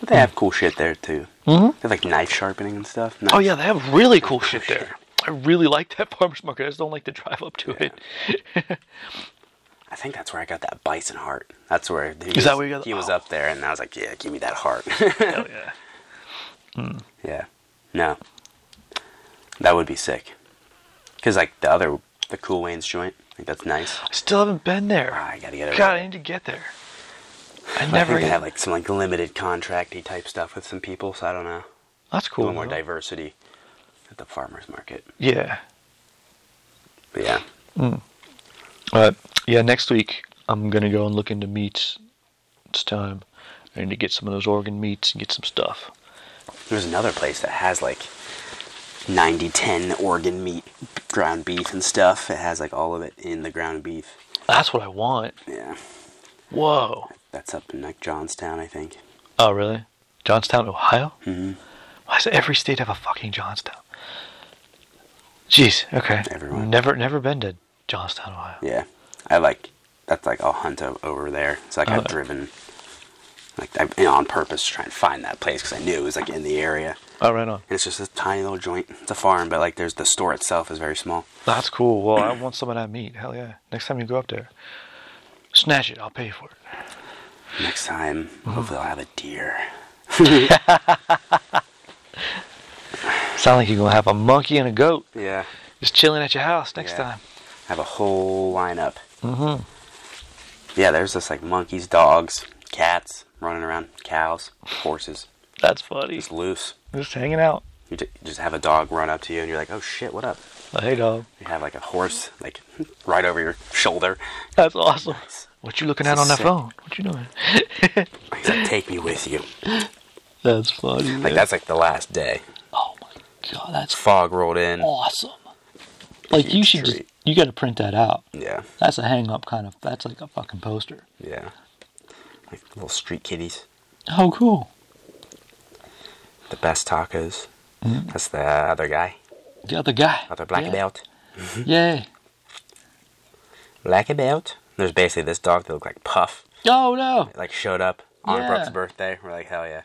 S2: But they have cool shit there too. Mm-hmm. They have like knife sharpening and stuff.
S1: Oh yeah, they have really cool shit there. I really like that farmers market. I just don't like to drive up to
S2: Yeah.
S1: it.
S2: I think that's where I got that bison heart. That's where he was,
S1: that where you got the-
S2: he was
S1: oh.
S2: up there, and I was like, "Yeah, give me that heart."
S1: Hell yeah.
S2: yeah, no, that would be sick. Cause like the other, the Cool Wayne's joint, like that's nice.
S1: I still haven't been there.
S2: I gotta get it.
S1: God, I need to get there. I never.
S2: I think they have like some like limited contracty type stuff with some people, so I don't know.
S1: That's
S2: A
S1: cool.
S2: little more
S1: though.
S2: diversity at the farmers market.
S1: Yeah.
S2: But yeah,
S1: Uh, yeah. Next week, I'm gonna go and look into meats. It's time. I need to get some of those organ meats and get some stuff.
S2: there's another place that has like 90-10 organ meat, ground beef and stuff. It has like all of it in the ground beef.
S1: That's what I want.
S2: Yeah.
S1: Whoa.
S2: That's up in like Johnstown, I think.
S1: Oh, really? Johnstown, Ohio?
S2: Mm-hmm.
S1: Why does every state have a fucking Johnstown? Jeez. Okay.
S2: Everyone.
S1: Never, never been to Johnstown, Ohio.
S2: Yeah, I like that's like I'll hunt o- over there. It's like I've
S1: Okay.
S2: driven like I, you know, on purpose to try and find that place because I knew it was like in the area.
S1: Oh, right on.
S2: And it's just a tiny little joint. It's a farm, but like there's the store itself is very small.
S1: That's cool. Well, I want some of that meat. Hell yeah. Next time you go up there, snatch it. I'll pay for it.
S2: Next time, hopefully I'll have a deer.
S1: Sound like you're gonna have a monkey and a goat
S2: Yeah,
S1: just chilling at your house next
S2: Yeah.
S1: time.
S2: have a whole lineup. Mm-hmm. Yeah, there's just like monkeys, dogs, cats running around, cows, horses.
S1: That's funny.
S2: It's loose.
S1: Just hanging out.
S2: You ju- just have a dog run up to you, and you're like, "Oh shit, what up?"
S1: Oh, hey, dog.
S2: You have like a horse, like right over your shoulder.
S1: That's awesome.
S2: Nice.
S1: What you looking
S2: This
S1: at
S2: is
S1: on that
S2: sick.
S1: phone? What you doing?
S2: He's like, "Take me with you."
S1: That's funny. man.
S2: Like that's like the last day.
S1: oh my god, that's
S2: Fog rolled in.
S1: awesome. Like you
S2: Huge
S1: should, just,
S2: treat.
S1: you got to print that out.
S2: Yeah,
S1: That's a hang up kind of. That's like a fucking poster.
S2: yeah. Like little street kitties.
S1: How Oh, cool.
S2: The best tacos. That's the other guy,
S1: The other guy.
S2: other black
S1: yeah.
S2: belt.
S1: Yay.
S2: Black belt. There's basically this dog that looked like Puff.
S1: Oh no.
S2: It, like showed up on
S1: Yeah.
S2: Brooke's birthday. We're like, hell yeah.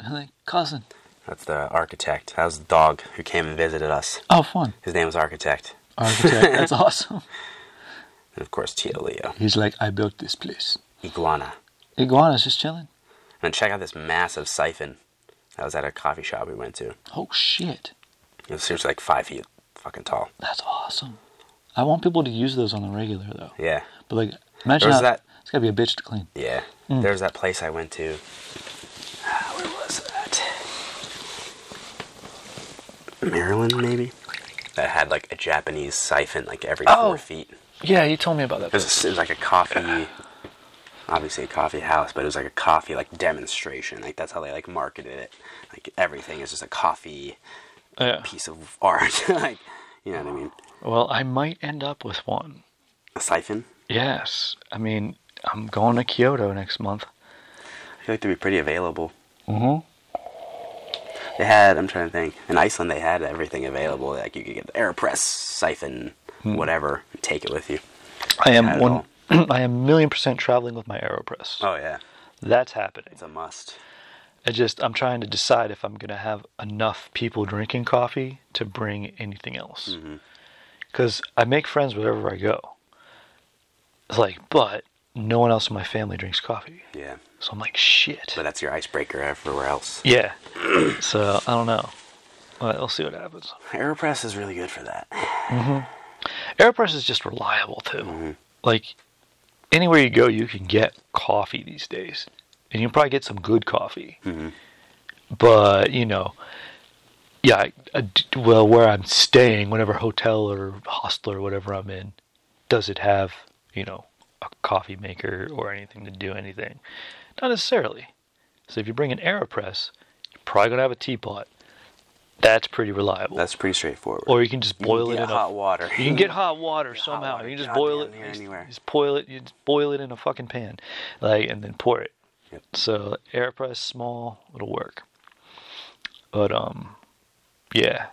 S1: I think cousin.
S2: That's the architect. That was the dog who came and visited us.
S1: Oh fun.
S2: His name was Architect.
S1: Architect. That's awesome.
S2: And of course, Tio Leo.
S1: He's like, I built this place.
S2: Iguana.
S1: Iguana's just chilling.
S2: And then check out this massive siphon that was at a coffee shop we went to. It
S1: Oh shit.
S2: was seriously like five feet fucking tall.
S1: That's awesome. I want people to use those on the regular though.
S2: Yeah.
S1: But like, imagine
S2: There's
S1: how,
S2: that-
S1: It's gotta be a bitch to clean.
S2: Yeah. There was that place I went to. Ah, where was that? Maryland, maybe? That had like a Japanese siphon like every
S1: Oh.
S2: four feet. It
S1: Yeah, you told me about that.
S2: was, it was like a coffee. obviously a coffee house, but it was like a coffee like demonstration. Like that's how they like marketed it. Like everything is just a coffee
S1: Oh, Yeah.
S2: piece of art. like you know what I mean?
S1: Well, I might end up with one.
S2: A siphon.
S1: Yes. I mean, I'm going to Kyoto next month.
S2: I feel like they'd be pretty available.
S1: Mm-hmm.
S2: They had, I'm trying to think, in Iceland they had everything available. Like you could get the AirPress, siphon,
S1: Hmm.
S2: whatever, and take it with you.
S1: I
S2: Not
S1: am
S2: at
S1: one. I am million percent traveling with my Aeropress.
S2: Oh, yeah.
S1: That's happening.
S2: It's a must.
S1: I just I'm trying to decide if I'm gonna have enough people drinking coffee to bring anything else.
S2: Mm-hmm.
S1: Because I make friends wherever I go. It's like, but no one else in my family drinks coffee,
S2: Yeah.
S1: so I'm like, shit.
S2: But that's your icebreaker everywhere else.
S1: Yeah. so I don't know. Well, we'll see what happens.
S2: AirPress is really good for that.
S1: AirPress is just reliable too.
S2: Mm-hmm.
S1: Like anywhere you go, you can get coffee these days, and you can probably get some good coffee.
S2: Mm-hmm.
S1: But you know, yeah, I- I d- well, where I'm staying, whatever hotel or hostel or whatever I'm in, does it have you know a coffee maker or anything to do anything? Not necessarily. So if you bring an Aeropress, you're probably gonna have a teapot. That's pretty reliable.
S2: That's pretty straightforward.
S1: or you can just
S2: You can
S1: boil
S2: get
S1: it in a
S2: hot water.
S1: you can get hot water somehow.
S2: water
S1: you can just
S2: goddamn
S1: boil it.
S2: near
S1: you just,
S2: anywhere.
S1: just boil it. You just boil it in a fucking pan, like, and then pour it.
S2: Yep.
S1: So airpress small, it'll work. But um, yeah.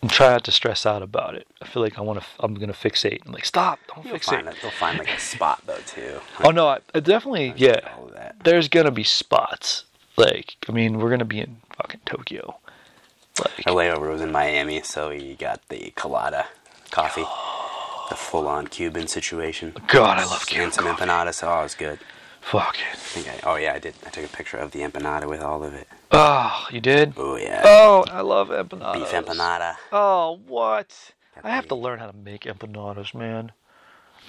S1: And try not to stress out about it. I feel like I want to. I'm gonna fixate. I'm like, stop! Don't
S2: You'll
S1: fixate.
S2: find, it. They'll find like a spot though too.
S1: Oh no! I, I definitely.
S2: Like,
S1: Yeah.
S2: All of that.
S1: There's gonna be spots. Like, I mean, we're gonna be in fucking Tokyo. Like,
S2: Our layover was in Miami, so we got the colada coffee, the full-on Cuban situation.
S1: God, I love Cuban
S2: And some
S1: coffee.
S2: empanadas. Oh, it was good.
S1: fuck it.
S2: I think I, oh yeah, I did. I took a picture of the empanada with all of it.
S1: Oh, you did.
S2: Oh yeah,
S1: Oh, I love empanadas.
S2: beef empanada.
S1: Oh, what? I have
S2: Pepperoni.
S1: to learn how to make empanadas, man.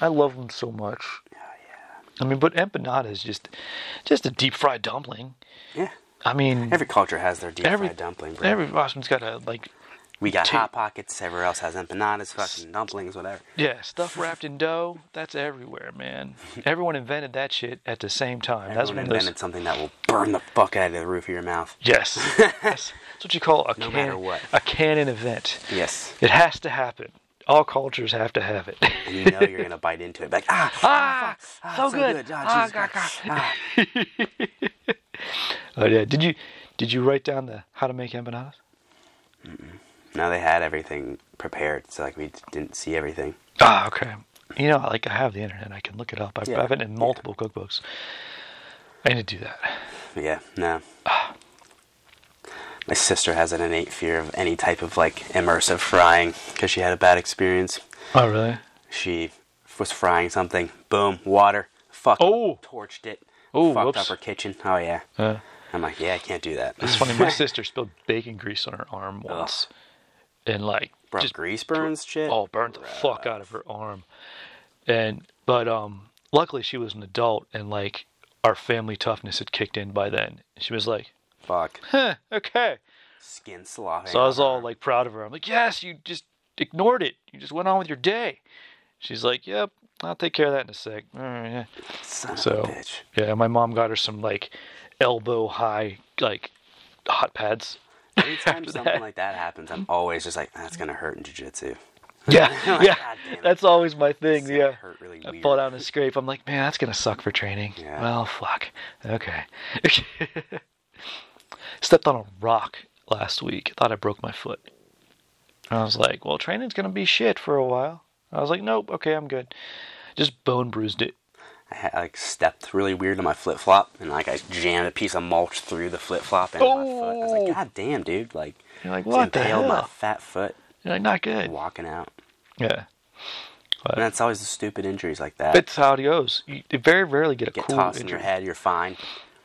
S1: I love them so much.
S2: Oh,
S1: I mean, but empanada is just, just a deep fried dumpling.
S2: Yeah,
S1: I mean,
S2: every culture has their deep
S1: every-
S2: fried dumpling. Bro.
S1: every Boston's got a like,
S2: we got
S1: two-
S2: hot pockets. Everywhere else has empanadas, fucking dumplings, whatever.
S1: yeah, stuff wrapped in dough. That's everywhere, man. Everyone invented that shit at the same time. That's
S2: Everyone
S1: one of those.
S2: invented something that will burn the fuck out of the roof of your mouth.
S1: Yes, that's, that's what you call a
S2: No
S1: can,
S2: matter what.
S1: a canon event.
S2: Yes.
S1: It has to happen. All cultures have to have it.
S2: And you know you're gonna bite into it. Like ah,
S1: ah,
S2: ah,
S1: so, good.
S2: Ah,
S1: Ah,
S2: Jesus
S1: God,
S2: Christ.
S1: God.
S2: Ah.
S1: Oh yeah. Did you did you write down the how to make empanadas?
S2: No, they had everything prepared, so like we d- didn't see everything.
S1: Ah, okay. You know, like I have the internet, I can look it up. I
S2: Yeah.
S1: have it in multiple cookbooks. I need to do that.
S2: Yeah, no. My sister has an innate fear of any type of like immersive frying because she had a bad experience.
S1: Oh really?
S2: She was frying something, boom, water, fucking
S1: Oh.
S2: torched it,
S1: Oh,
S2: fucked
S1: whoops.
S2: up her kitchen. Oh yeah.
S1: Uh,
S2: I'm like, yeah, I can't do that.
S1: it's funny. My sister spilled bacon grease on her arm once, and like
S2: Bro,
S1: just
S2: grease burns shit.
S1: oh burnt the fuck out of her arm. And but um, luckily she was an adult, and like our family toughness had kicked in by then. She was like,
S2: fuck.
S1: huh, okay.
S2: Skin slopping.
S1: So I was all like proud of her. I'm like, yes, you just ignored it. You just went on with your day. She's like, yep, I'll take care of that in a sec. All right, yeah.
S2: Son of a
S1: So
S2: bitch.
S1: yeah, my mom got her some like elbow high like hot pads.
S2: Anytime
S1: after
S2: something
S1: that.
S2: like that happens, I'm always just like, that's gonna hurt in jujitsu.
S1: Yeah,
S2: Oh God
S1: yeah,
S2: damn it.
S1: that's always my thing.
S2: It's gonna
S1: yeah,
S2: hurt really
S1: I
S2: weird.
S1: fall down and scrape. I'm like, man, that's gonna suck for training.
S2: Yeah.
S1: Well, fuck. Okay. Stepped on a rock last week. Thought I broke my foot. And I was like, well, training's gonna be shit for a while. I was like, nope. Okay, I'm good. Just bone bruised it.
S2: I had, like stepped really weird on my flip flop, and like I jammed a piece of mulch through the flip flop into my foot. I was
S1: Oh.
S2: like, God damn, dude! Like,
S1: You're like,
S2: just
S1: what the
S2: impaled my
S1: hell?
S2: fat foot
S1: You're like, not good.
S2: walking out.
S1: Yeah.
S2: And that's always the stupid injuries like that.
S1: That's how it goes. You you very rarely get a
S2: Get
S1: cool
S2: tossed in
S1: injury.
S2: your head, you're fine.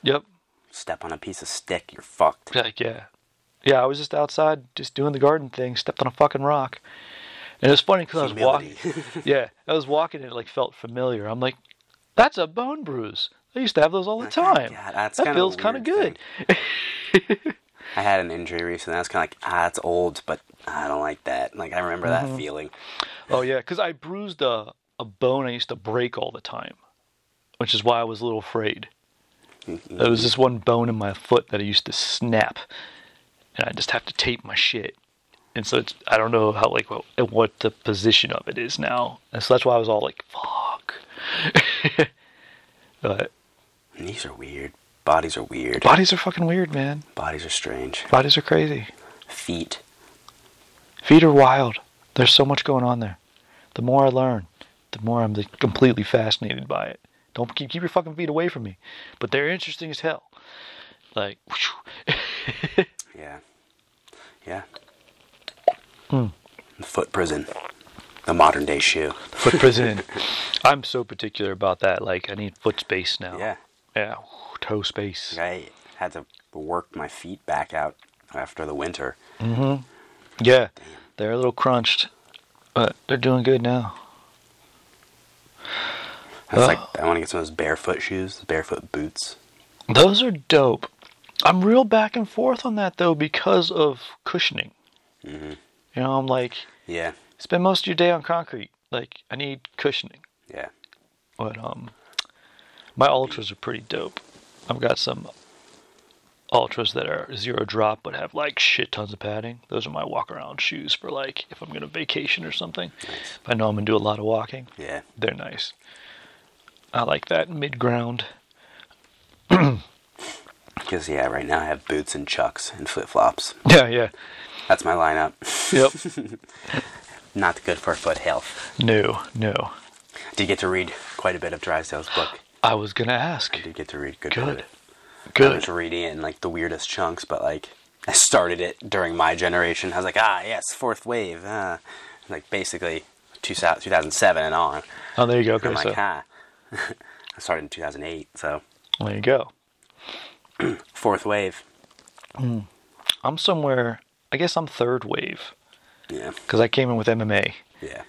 S1: Yep.
S2: Step on a piece of stick, you're fucked.
S1: Like, yeah. Yeah, I was just outside just doing the garden thing, stepped on a fucking rock. And it was funny because I was walking.
S2: Humility.
S1: yeah, I was walking and it like felt familiar. I'm like, that's a bone bruise. I used to have those all the time.
S2: God, that's
S1: that
S2: kinda a
S1: feels kind of
S2: weird
S1: good.
S2: I had an injury recently. I was kind of like, ah, that's old, but I don't like that. Like, I remember that feeling.
S1: Oh yeah, because I bruised a, a bone I used to break all the time. which is why I was a little afraid. There was this one bone in my foot that I used to snap, and I just have to tape my shit. And so it's, I don't know how like what, what the position of it is now, and so that's why I was all like, "Fuck." but
S2: Knees are weird. Bodies are weird.
S1: bodies are fucking weird, man.
S2: Bodies are strange.
S1: Bodies are crazy.
S2: Feet.
S1: Feet are wild. There's so much going on there. The more I learn, the more I'm like, completely fascinated by it. Don't keep keep your fucking feet away from me, but they're interesting as hell. Like,
S2: Yeah. Yeah. Foot prison. The modern day shoe.
S1: foot prison. I'm so particular about that. Like, I need foot space now.
S2: Yeah.
S1: Yeah. Toe space.
S2: I had to work my feet back out after the winter.
S1: Yeah. They're a little crunched, but they're doing good now.
S2: That's like I want to get some of those barefoot shoes, the barefoot boots.
S1: Those are dope. I'm real back and forth on that though because of cushioning. You know, I'm like,
S2: Yeah.
S1: spend most of your day on concrete. Like, I need cushioning.
S2: Yeah.
S1: But um, my ultras are pretty dope. I've got some ultras that are zero drop but have like shit tons of padding. Those are my walk around shoes for like if I'm gonna vacation or something. If I know I'm gonna do a lot of walking,
S2: Yeah.
S1: they're nice. I like that mid ground.
S2: Because yeah, right now I have boots and chucks and flip flops.
S1: Yeah, yeah.
S2: That's my lineup.
S1: Yep.
S2: Not good for foot health.
S1: no, no.
S2: Did get to read quite a bit of Drysdale's book.
S1: I was gonna ask.
S2: Did get to read good. bit of
S1: Good.
S2: it. I
S1: Good.
S2: was reading it in like the weirdest chunks, but like I started it during my generation. I was like, ah, yes, fourth wave. Ah. Like basically 2000 2007 and on.
S1: Oh there you go, okay,
S2: I'm
S1: so
S2: like, ah. I started in 2008, so
S1: there you go.
S2: fourth wave.
S1: I'm somewhere I guess I'm third wave
S2: Yeah.
S1: because I came in with MMA.
S2: Yeah.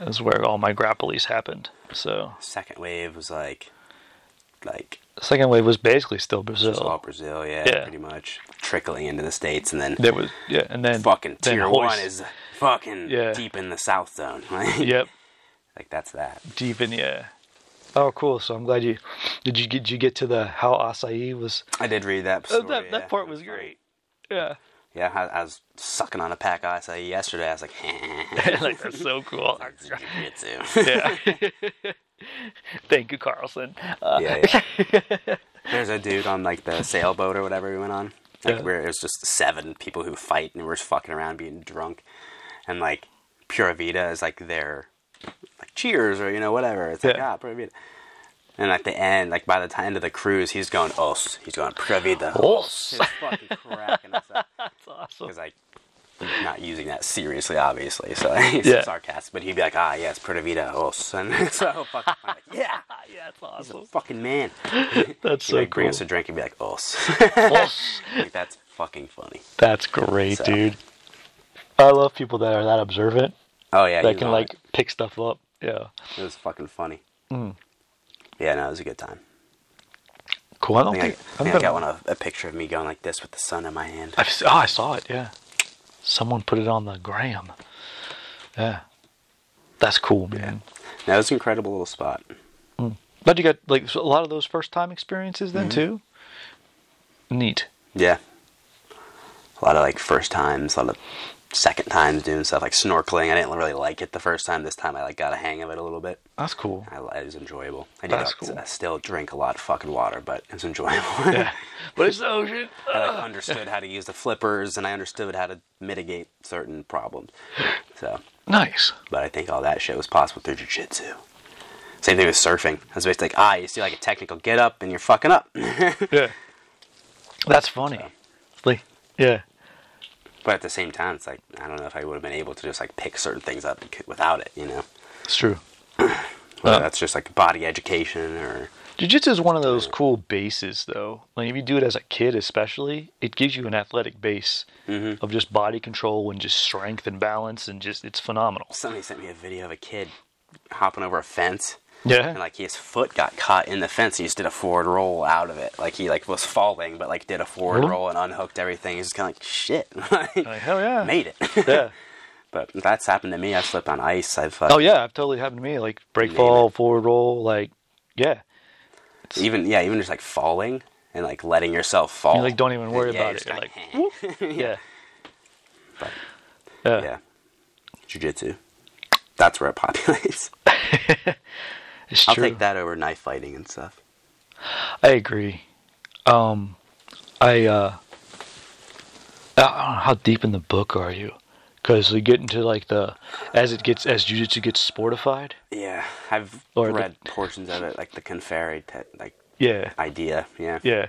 S1: That's where all my grapplies happened. So
S2: Second wave was like, like,
S1: second wave was basically still
S2: it was
S1: Brazil.
S2: all Brazil, yeah,
S1: Oh, Yeah.
S2: pretty much. Trickling into the States, and then
S1: There was yeah, and then
S2: fucking
S1: then
S2: tier
S1: Hoist.
S2: one is fucking
S1: Yeah.
S2: deep in the South Zone. Like,
S1: yep
S2: like that's that.
S1: deep in yeah. Oh, cool. So I'm glad you did. You did you get to the how acai was?
S2: I did read that.
S1: Uh,
S2: story,
S1: that
S2: Oh, yeah.
S1: that part was great. Yeah,
S2: Yeah, I, I was sucking on a pack of acai yesterday. I was like,
S1: like that's so cool.
S2: it's jujitsu.
S1: Yeah. Thank you, Carlson. Uh,
S2: yeah, yeah. There's a dude on like the sailboat or whatever we went on. Like
S1: Yeah.
S2: where it was just seven people who fight and we're just fucking around being drunk, and like Pura Vida is like their like cheers or you know whatever. It's like
S1: Yeah.
S2: ah Pura Vida. And at the end, like by the time end of the cruise, he's going os. He's going Pura Vida.
S1: Os.
S2: He's fucking cracking us up.
S1: that's awesome.
S2: because like he's not using that seriously, obviously. So he's
S1: Yeah.
S2: sarcastic, but he'd be like, "Ah, yes, Pura Vida, os," and so fucking, I'm like, yeah,
S1: Yeah, that's
S2: he's a
S1: awesome.
S2: fucking man.
S1: That's
S2: So
S1: so
S2: like, bring
S1: cool.
S2: us a drink and be like, "Os," like that's fucking funny.
S1: That's great,
S2: So-
S1: dude. I love people that are that observant
S2: Oh yeah,
S1: that
S2: you
S1: can
S2: know
S1: like
S2: it.
S1: pick stuff up. Yeah.
S2: it was fucking funny.
S1: Mm.
S2: Yeah, no, it was a good time.
S1: Cool. I don't
S2: I think I,
S1: think,
S2: I,
S1: I've
S2: think I
S1: been-
S2: got one of a picture of me going like this with the sun in my hand.
S1: I've, se- oh, I saw it. Yeah, someone put it on the gram. Yeah, that's cool, man.
S2: That was an incredible little spot.
S1: But you got like so a lot of those first time experiences then too. Neat.
S2: Yeah, a lot of like first times, a lot of second times doing stuff like snorkeling. I didn't really like it the first time. This time I like got a hang of it a little bit.
S1: That's cool.
S2: I, it was enjoyable. I do
S1: That's
S2: not-
S1: cool.
S2: I still drink a lot of fucking water, but it's enjoyable.
S1: Yeah, but it's the ocean.
S2: I like, understood how to use the flippers, and I understood how to mitigate certain problems. So,
S1: Nice.
S2: but I think all that shit was possible through jujitsu. Same thing with surfing. I was basically like, ah, you see like a technical get up, and you're fucking up.
S1: Yeah, that's funny. Like, yeah,
S2: but at the same time, it's like I don't know if I would have been able to just like pick certain things up bec- without it. You know,
S1: it's true.
S2: whether
S1: Uh.
S2: that's just like body education or
S1: Jiu-jitsu is one of those cool bases, though. Like if you do it as a kid, especially, it gives you an athletic base of just body control and just strength and balance, and just it's phenomenal.
S2: somebody sent me a video of a kid hopping over a fence.
S1: Yeah,
S2: and like his foot got caught in the fence. He just did a forward roll out of it. Like he like was falling, but like did a forward
S1: Really?
S2: roll and unhooked everything. He's just kind of like shit, like,
S1: Like, hell yeah.
S2: made it.
S1: yeah.
S2: but that's happened to me. I've slipped on ice. I've uh,
S1: Oh yeah, I've totally happened to me. Like break fall, forward roll, like yeah. minutes.
S2: Even yeah, even just like falling and like letting yourself fall.
S1: you like don't even worry
S2: Yeah,
S1: about
S2: you're
S1: it.
S2: just
S1: You're
S2: like,
S1: like, whoop. yeah.
S2: But,
S1: Yeah.
S2: yeah, jujitsu. That's where it populates.
S1: it's
S2: I'll
S1: true.
S2: take that over knife fighting and stuff.
S1: I agree. Um, I uh, I don't know how deep in the book are you? Because we get into like the as it gets as jujitsu gets sportified.
S2: Yeah, I've
S1: Or the-
S2: read portions of it, like the Conferi te- like
S1: Yeah,
S2: idea. Yeah,
S1: yeah.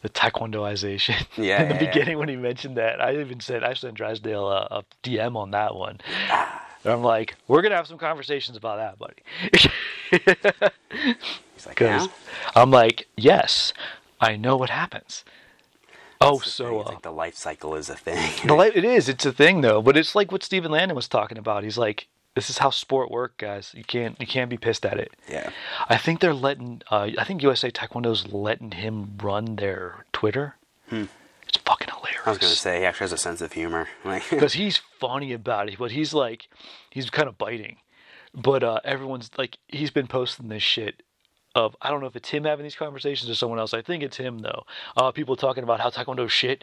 S1: The taekwondoization.
S2: Yeah,
S1: in the
S2: yeah, yeah.
S1: beginning when he mentioned that, I even said I sent Drysdale a, a DM on that one.
S2: Ah.
S1: And I'm like, we're gonna have some conversations about that, buddy.
S2: he's like,
S1: Because
S2: "Now?"
S1: I'm like, yes, I know what happens. Oh,
S2: It's the
S1: so
S2: thing, it's
S1: uh,
S2: like the life cycle is a thing.
S1: The li- it is. It's a thing though, but it's like what Stephen Landon was talking about. He's like, this is how sport work, guys. You can't you can't be pissed at it.
S2: yeah,
S1: I think they're letting. Uh, I think USA Taekwondo's letting him run their Twitter. It's fucking hilarious.
S2: Hmm. I was gonna say he actually has a sense of humor. Like,
S1: because he's funny about it, but he's like, he's kind of biting. But uh, everyone's like, he's been posting this shit. Of, I don't know if it's him having these conversations or someone else. I think it's him though. Uh, people talking about how Taekwondo is shit,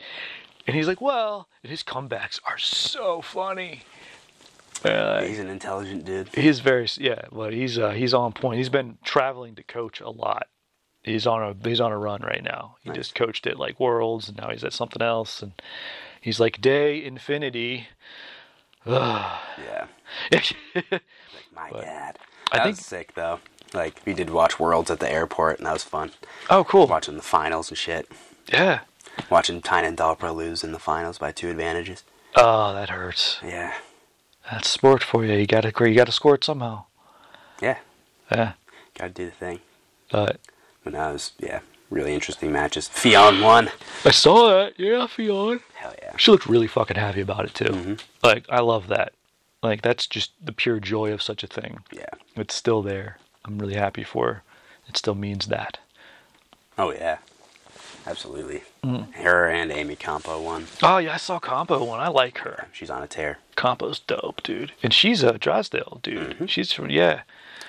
S1: and he's like, "Well," and his comebacks are so funny. Uh,
S2: he's an intelligent dude.
S1: he's very yeah, but he's uh, he's on point. He's been traveling to coach a lot. He's on a he's on a run right now. He just coached at like Worlds, and now he's at something else. And he's like Day Infinity.
S2: Yeah, like, my god,
S1: I
S2: that
S1: think-
S2: was sick though. Like we did watch Worlds at the airport, and that was fun.
S1: Oh, cool.
S2: Watching the finals and shit.
S1: Yeah.
S2: Watching Tyne and Dalpra lose in the finals by two advantages.
S1: Oh, that hurts.
S2: Yeah,
S1: That's sport for you. You gotta, you gotta score it somehow.
S2: yeah,
S1: Yeah.
S2: gotta do the thing.
S1: But
S2: But that was yeah, really interesting matches. Fionn won.
S1: I saw that. Yeah, Fionn.
S2: Hell yeah.
S1: She looked really fucking happy about it too. Like I love that. Like that's just the pure joy of such a thing.
S2: Yeah.
S1: It's still there. I'm really happy for her. It still means that.
S2: Oh yeah. Absolutely.
S1: Mm-hmm.
S2: Her and Amy Campo won.
S1: Oh yeah, I saw Compo one. I like her.
S2: She's on a tear.
S1: Compo's dope, dude. And she's a Drysdale dude. She's from yeah.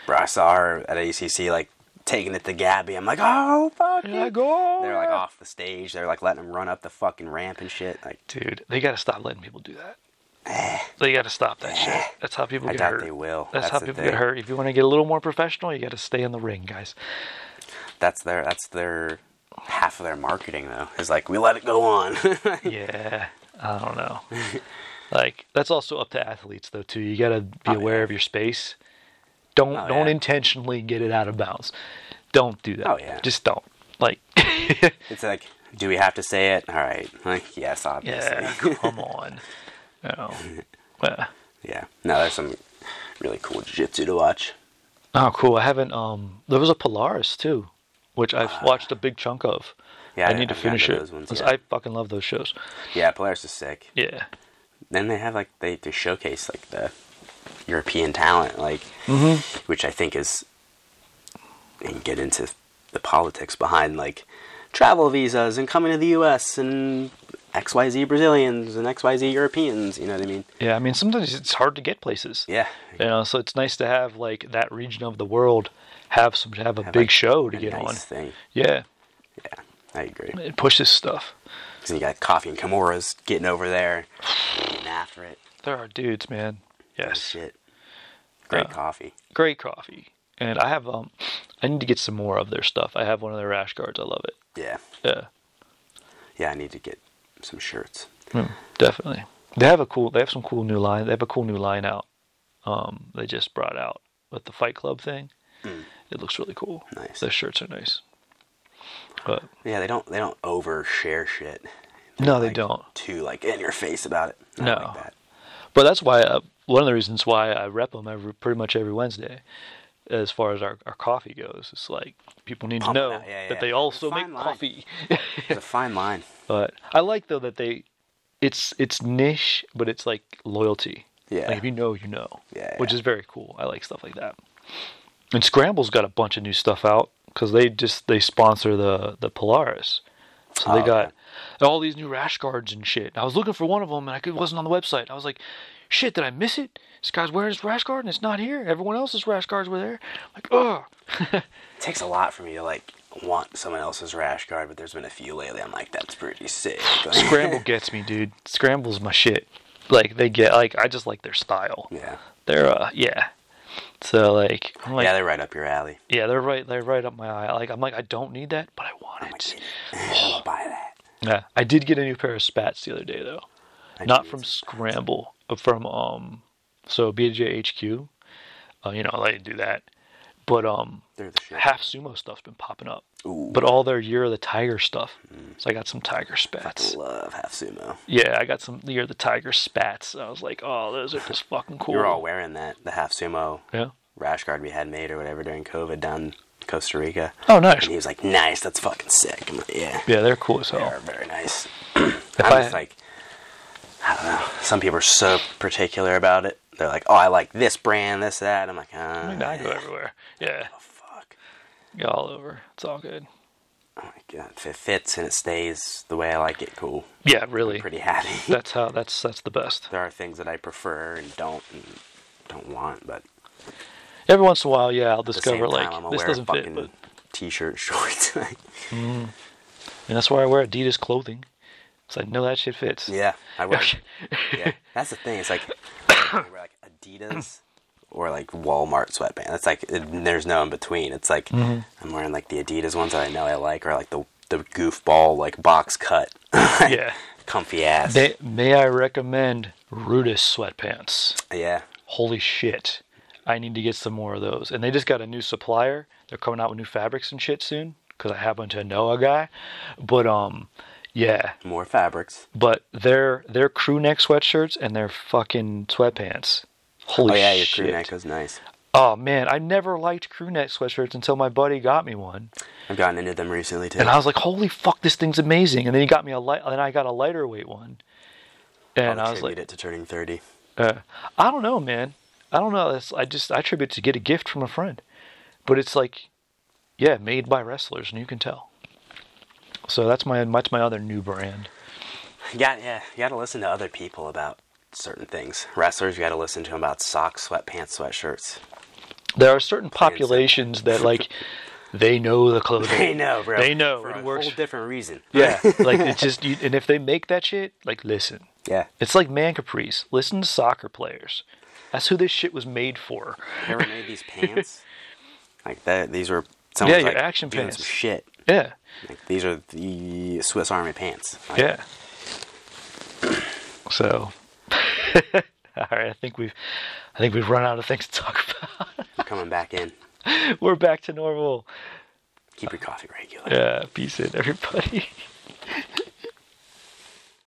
S2: Bro, I saw her at ACC like taking it to Gabby. I'm like, oh fuck.
S1: Yeah,
S2: yeah."
S1: go.
S2: They're like off the stage. They're like letting them run up the fucking ramp and shit. Like
S1: Dude, they gotta stop letting people do that. they gotta stop that shit. That's how people
S2: Eh. I
S1: get
S2: doubt
S1: hurt.
S2: they will.
S1: That's,
S2: That's
S1: how
S2: the
S1: people
S2: thing.
S1: get hurt. If you want to get a little more professional, you gotta stay in the ring, guys.
S2: that's their that's their half of their marketing though. Is like we let it go on.
S1: yeah, I don't know. like that's also up to athletes though too. You gotta be
S2: Oh,
S1: aware
S2: yeah.
S1: of your space. Don't
S2: Oh,
S1: don't
S2: yeah.
S1: intentionally get it out of bounds. Don't do that.
S2: Oh, yeah.
S1: Just don't. Like
S2: it's like, do we have to say it? All right. Like yes, obviously.
S1: yeah, come on. Oh. Yeah.
S2: Yeah. No, there's some really cool jiu-jitsu to watch.
S1: Oh, cool. I haven't. Um, there was a Polaris too, which I've
S2: Ah.
S1: watched a big chunk of.
S2: Yeah,
S1: I
S2: I
S1: need to
S2: haven't gotten
S1: finish
S2: to
S1: it.
S2: those ones
S1: 'cause
S2: yet.
S1: I fucking love those shows.
S2: Yeah, Polaris is sick.
S1: Yeah,
S2: Then they have like they, they showcase like the European talent, like
S1: Mm-hmm.
S2: which I think is and get into the politics behind like travel visas and coming to the U.S. and XYZ Brazilians and XYZ Europeans. You know what I mean?
S1: yeah. I mean, sometimes it's hard to get places.
S2: Yeah.
S1: You know, so it's nice to have like that region of the world have some have a
S2: Have,
S1: big
S2: like,
S1: show to
S2: a
S1: get
S2: nice
S1: on.
S2: Thing.
S1: Yeah,
S2: Yeah, I agree.
S1: it pushes stuff.
S2: Because you got coffee and Kimuras getting over there, getting after it.
S1: There are dudes, man.
S2: Oh,
S1: Yes,
S2: shit. Great
S1: Yeah.
S2: coffee.
S1: great coffee. And I have um, I need to get some more of their stuff. I have one of their rash guards. I love it.
S2: Yeah.
S1: Yeah.
S2: Yeah, I need to get some shirts.
S1: Mm, definitely. They have a cool. They have some cool new line. They have a cool new line out. Um, they just brought out with the Fight Club thing. It looks really cool.
S2: Hmm. Nice.
S1: Their shirts are nice. But
S2: Yeah, they don't they don't overshare shit.
S1: no, they
S2: like,
S1: don't.
S2: Too like in your face about it. I
S1: No.
S2: don't Like that.
S1: But that's why uh, one of the reasons why I rep them every, pretty much every Wednesday. As far as our, our coffee goes, it's like people need to
S2: Pump it
S1: know
S2: out. Yeah, yeah,
S1: that
S2: yeah.
S1: they
S2: It's a
S1: also make
S2: fine line.
S1: coffee.
S2: It's a fine line.
S1: but I like though that they, it's it's niche, but it's like loyalty.
S2: Yeah.
S1: Like if you know, you know.
S2: Yeah,
S1: Which
S2: yeah.
S1: is very cool. I like stuff like that. And Scramble's got a bunch of new stuff out because they just they sponsor the the Polaris, so they
S2: Oh,
S1: got
S2: okay.
S1: all these new rash guards and shit. I was looking for one of them and I could, wasn't on the website. I was like, shit, did I miss it? This guy's wearing his rash guard and it's not here. Everyone else's rash guards were there. like, oh,
S2: It takes a lot for me to like want someone else's rash guard, but there's been a few lately. I'm like, that's pretty sick. Like,
S1: Scramble gets me, dude. Scramble's my shit. Like they get like I just like their style.
S2: yeah,
S1: They're uh yeah. So like I'm like
S2: yeah, they're right up your alley.
S1: Yeah, they're right. They're right up my eye. Like I'm like, I don't need that, but I want
S2: I'm
S1: it.
S2: like, I'll buy that.
S1: Yeah, I did get a new pair of spats the other day though,
S2: I
S1: not
S2: do
S1: from
S2: need some
S1: Scramble, but from um, so BJHQ. Uh, you know, they do that, but um,
S2: They're the shit.
S1: half sumo stuff's been popping up,
S2: Ooh, Mm.
S1: but all their year of the tiger stuff. So I got some tiger spats.
S2: love half sumo.
S1: Yeah, I got some year of the tiger spats. I was like, oh, those are just fucking cool.
S2: You were all wearing that the half sumo
S1: yeah.
S2: rash guard we had made or whatever during COVID down in Costa Rica.
S1: Oh, nice.
S2: And he was like, nice, that's fucking sick. I'm like, yeah,
S1: Yeah, they're cool as hell.
S2: they're very nice.
S1: If
S2: I'm
S1: I-
S2: just like, I don't know. Some people are so particular about it. They're like, oh, I like this brand, this, that. I'm like, uh,
S1: I mean, I go everywhere. Yeah,
S2: fuck.
S1: go all over. It's all good.
S2: I'm like, "Uh, if it fits and it stays the way I like it, cool.
S1: Yeah, really.
S2: Pretty happy.
S1: That's how. That's that's the best.
S2: there are things that I prefer and don't and don't want, but
S1: Every once in a while, yeah, I'll
S2: at the same
S1: discover
S2: time,
S1: like
S2: I'm
S1: this
S2: aware of
S1: doesn't fit,
S2: fucking
S1: but
S2: t-shirt, shorts. like,
S1: and that's why I wear Adidas clothing. It's like no, that shit fits.
S2: yeah, I wear. yeah, that's the thing. It's like I wear like Adidas or like Walmart sweatband. That's like it, there's no in between. It's like
S1: Mm-hmm.
S2: I'm wearing like the Adidas ones that I know I like, or like the the goofball like box cut,
S1: yeah.
S2: comfy ass.
S1: May, may I recommend Rudis sweatpants?
S2: yeah,
S1: Holy shit! I need to get some more of those. And they just got a new supplier. They're coming out with new fabrics and shit soon. Because I happen to know a guy, but um, yeah.
S2: more fabrics.
S1: But their their crew neck sweatshirts and their fucking sweatpants. Holy
S2: oh yeah, your
S1: shit!
S2: crew neck was nice.
S1: Oh man, I never liked crew neck sweatshirts until my buddy got me one,
S2: I've gotten into them recently too.
S1: and I was like, "Holy fuck, this thing's amazing!" And then he got me a light, and I got a lighter weight one, and
S2: I'll
S1: I was like,
S2: attribute Oh, it to turning thirty.
S1: uh, "I don't know, man. I don't know. That's, I just I attribute it to get a gift from a friend, but it's like, yeah, made by wrestlers, and you can tell. So that's my that's my other new brand.
S2: You got yeah, you got to listen to other people about certain things. Wrestlers, you got to listen to them about socks, sweatpants, sweatshirts.
S1: There are certain populations that like they know the clothing.
S2: They know, bro.
S1: They know
S2: for
S1: it
S2: a
S1: works.
S2: whole different reason.
S1: Yeah, like it's just you, and if they make that shit, like listen.
S2: yeah.
S1: It's like man caprice. Listen to soccer players. That's who this shit was made for.
S2: Whoever made these pants, like that, these were someone
S1: Yeah,
S2: was,
S1: your
S2: like,
S1: action
S2: doing
S1: pants.
S2: Some shit.
S1: Yeah.
S2: Like, these are the Swiss Army pants. Like,
S1: Yeah. So all right, I think we've I think we've run out of things to talk
S2: I'm coming back in.
S1: about. We're back to normal.
S2: Keep your coffee regular.
S1: Yeah, peace in everybody.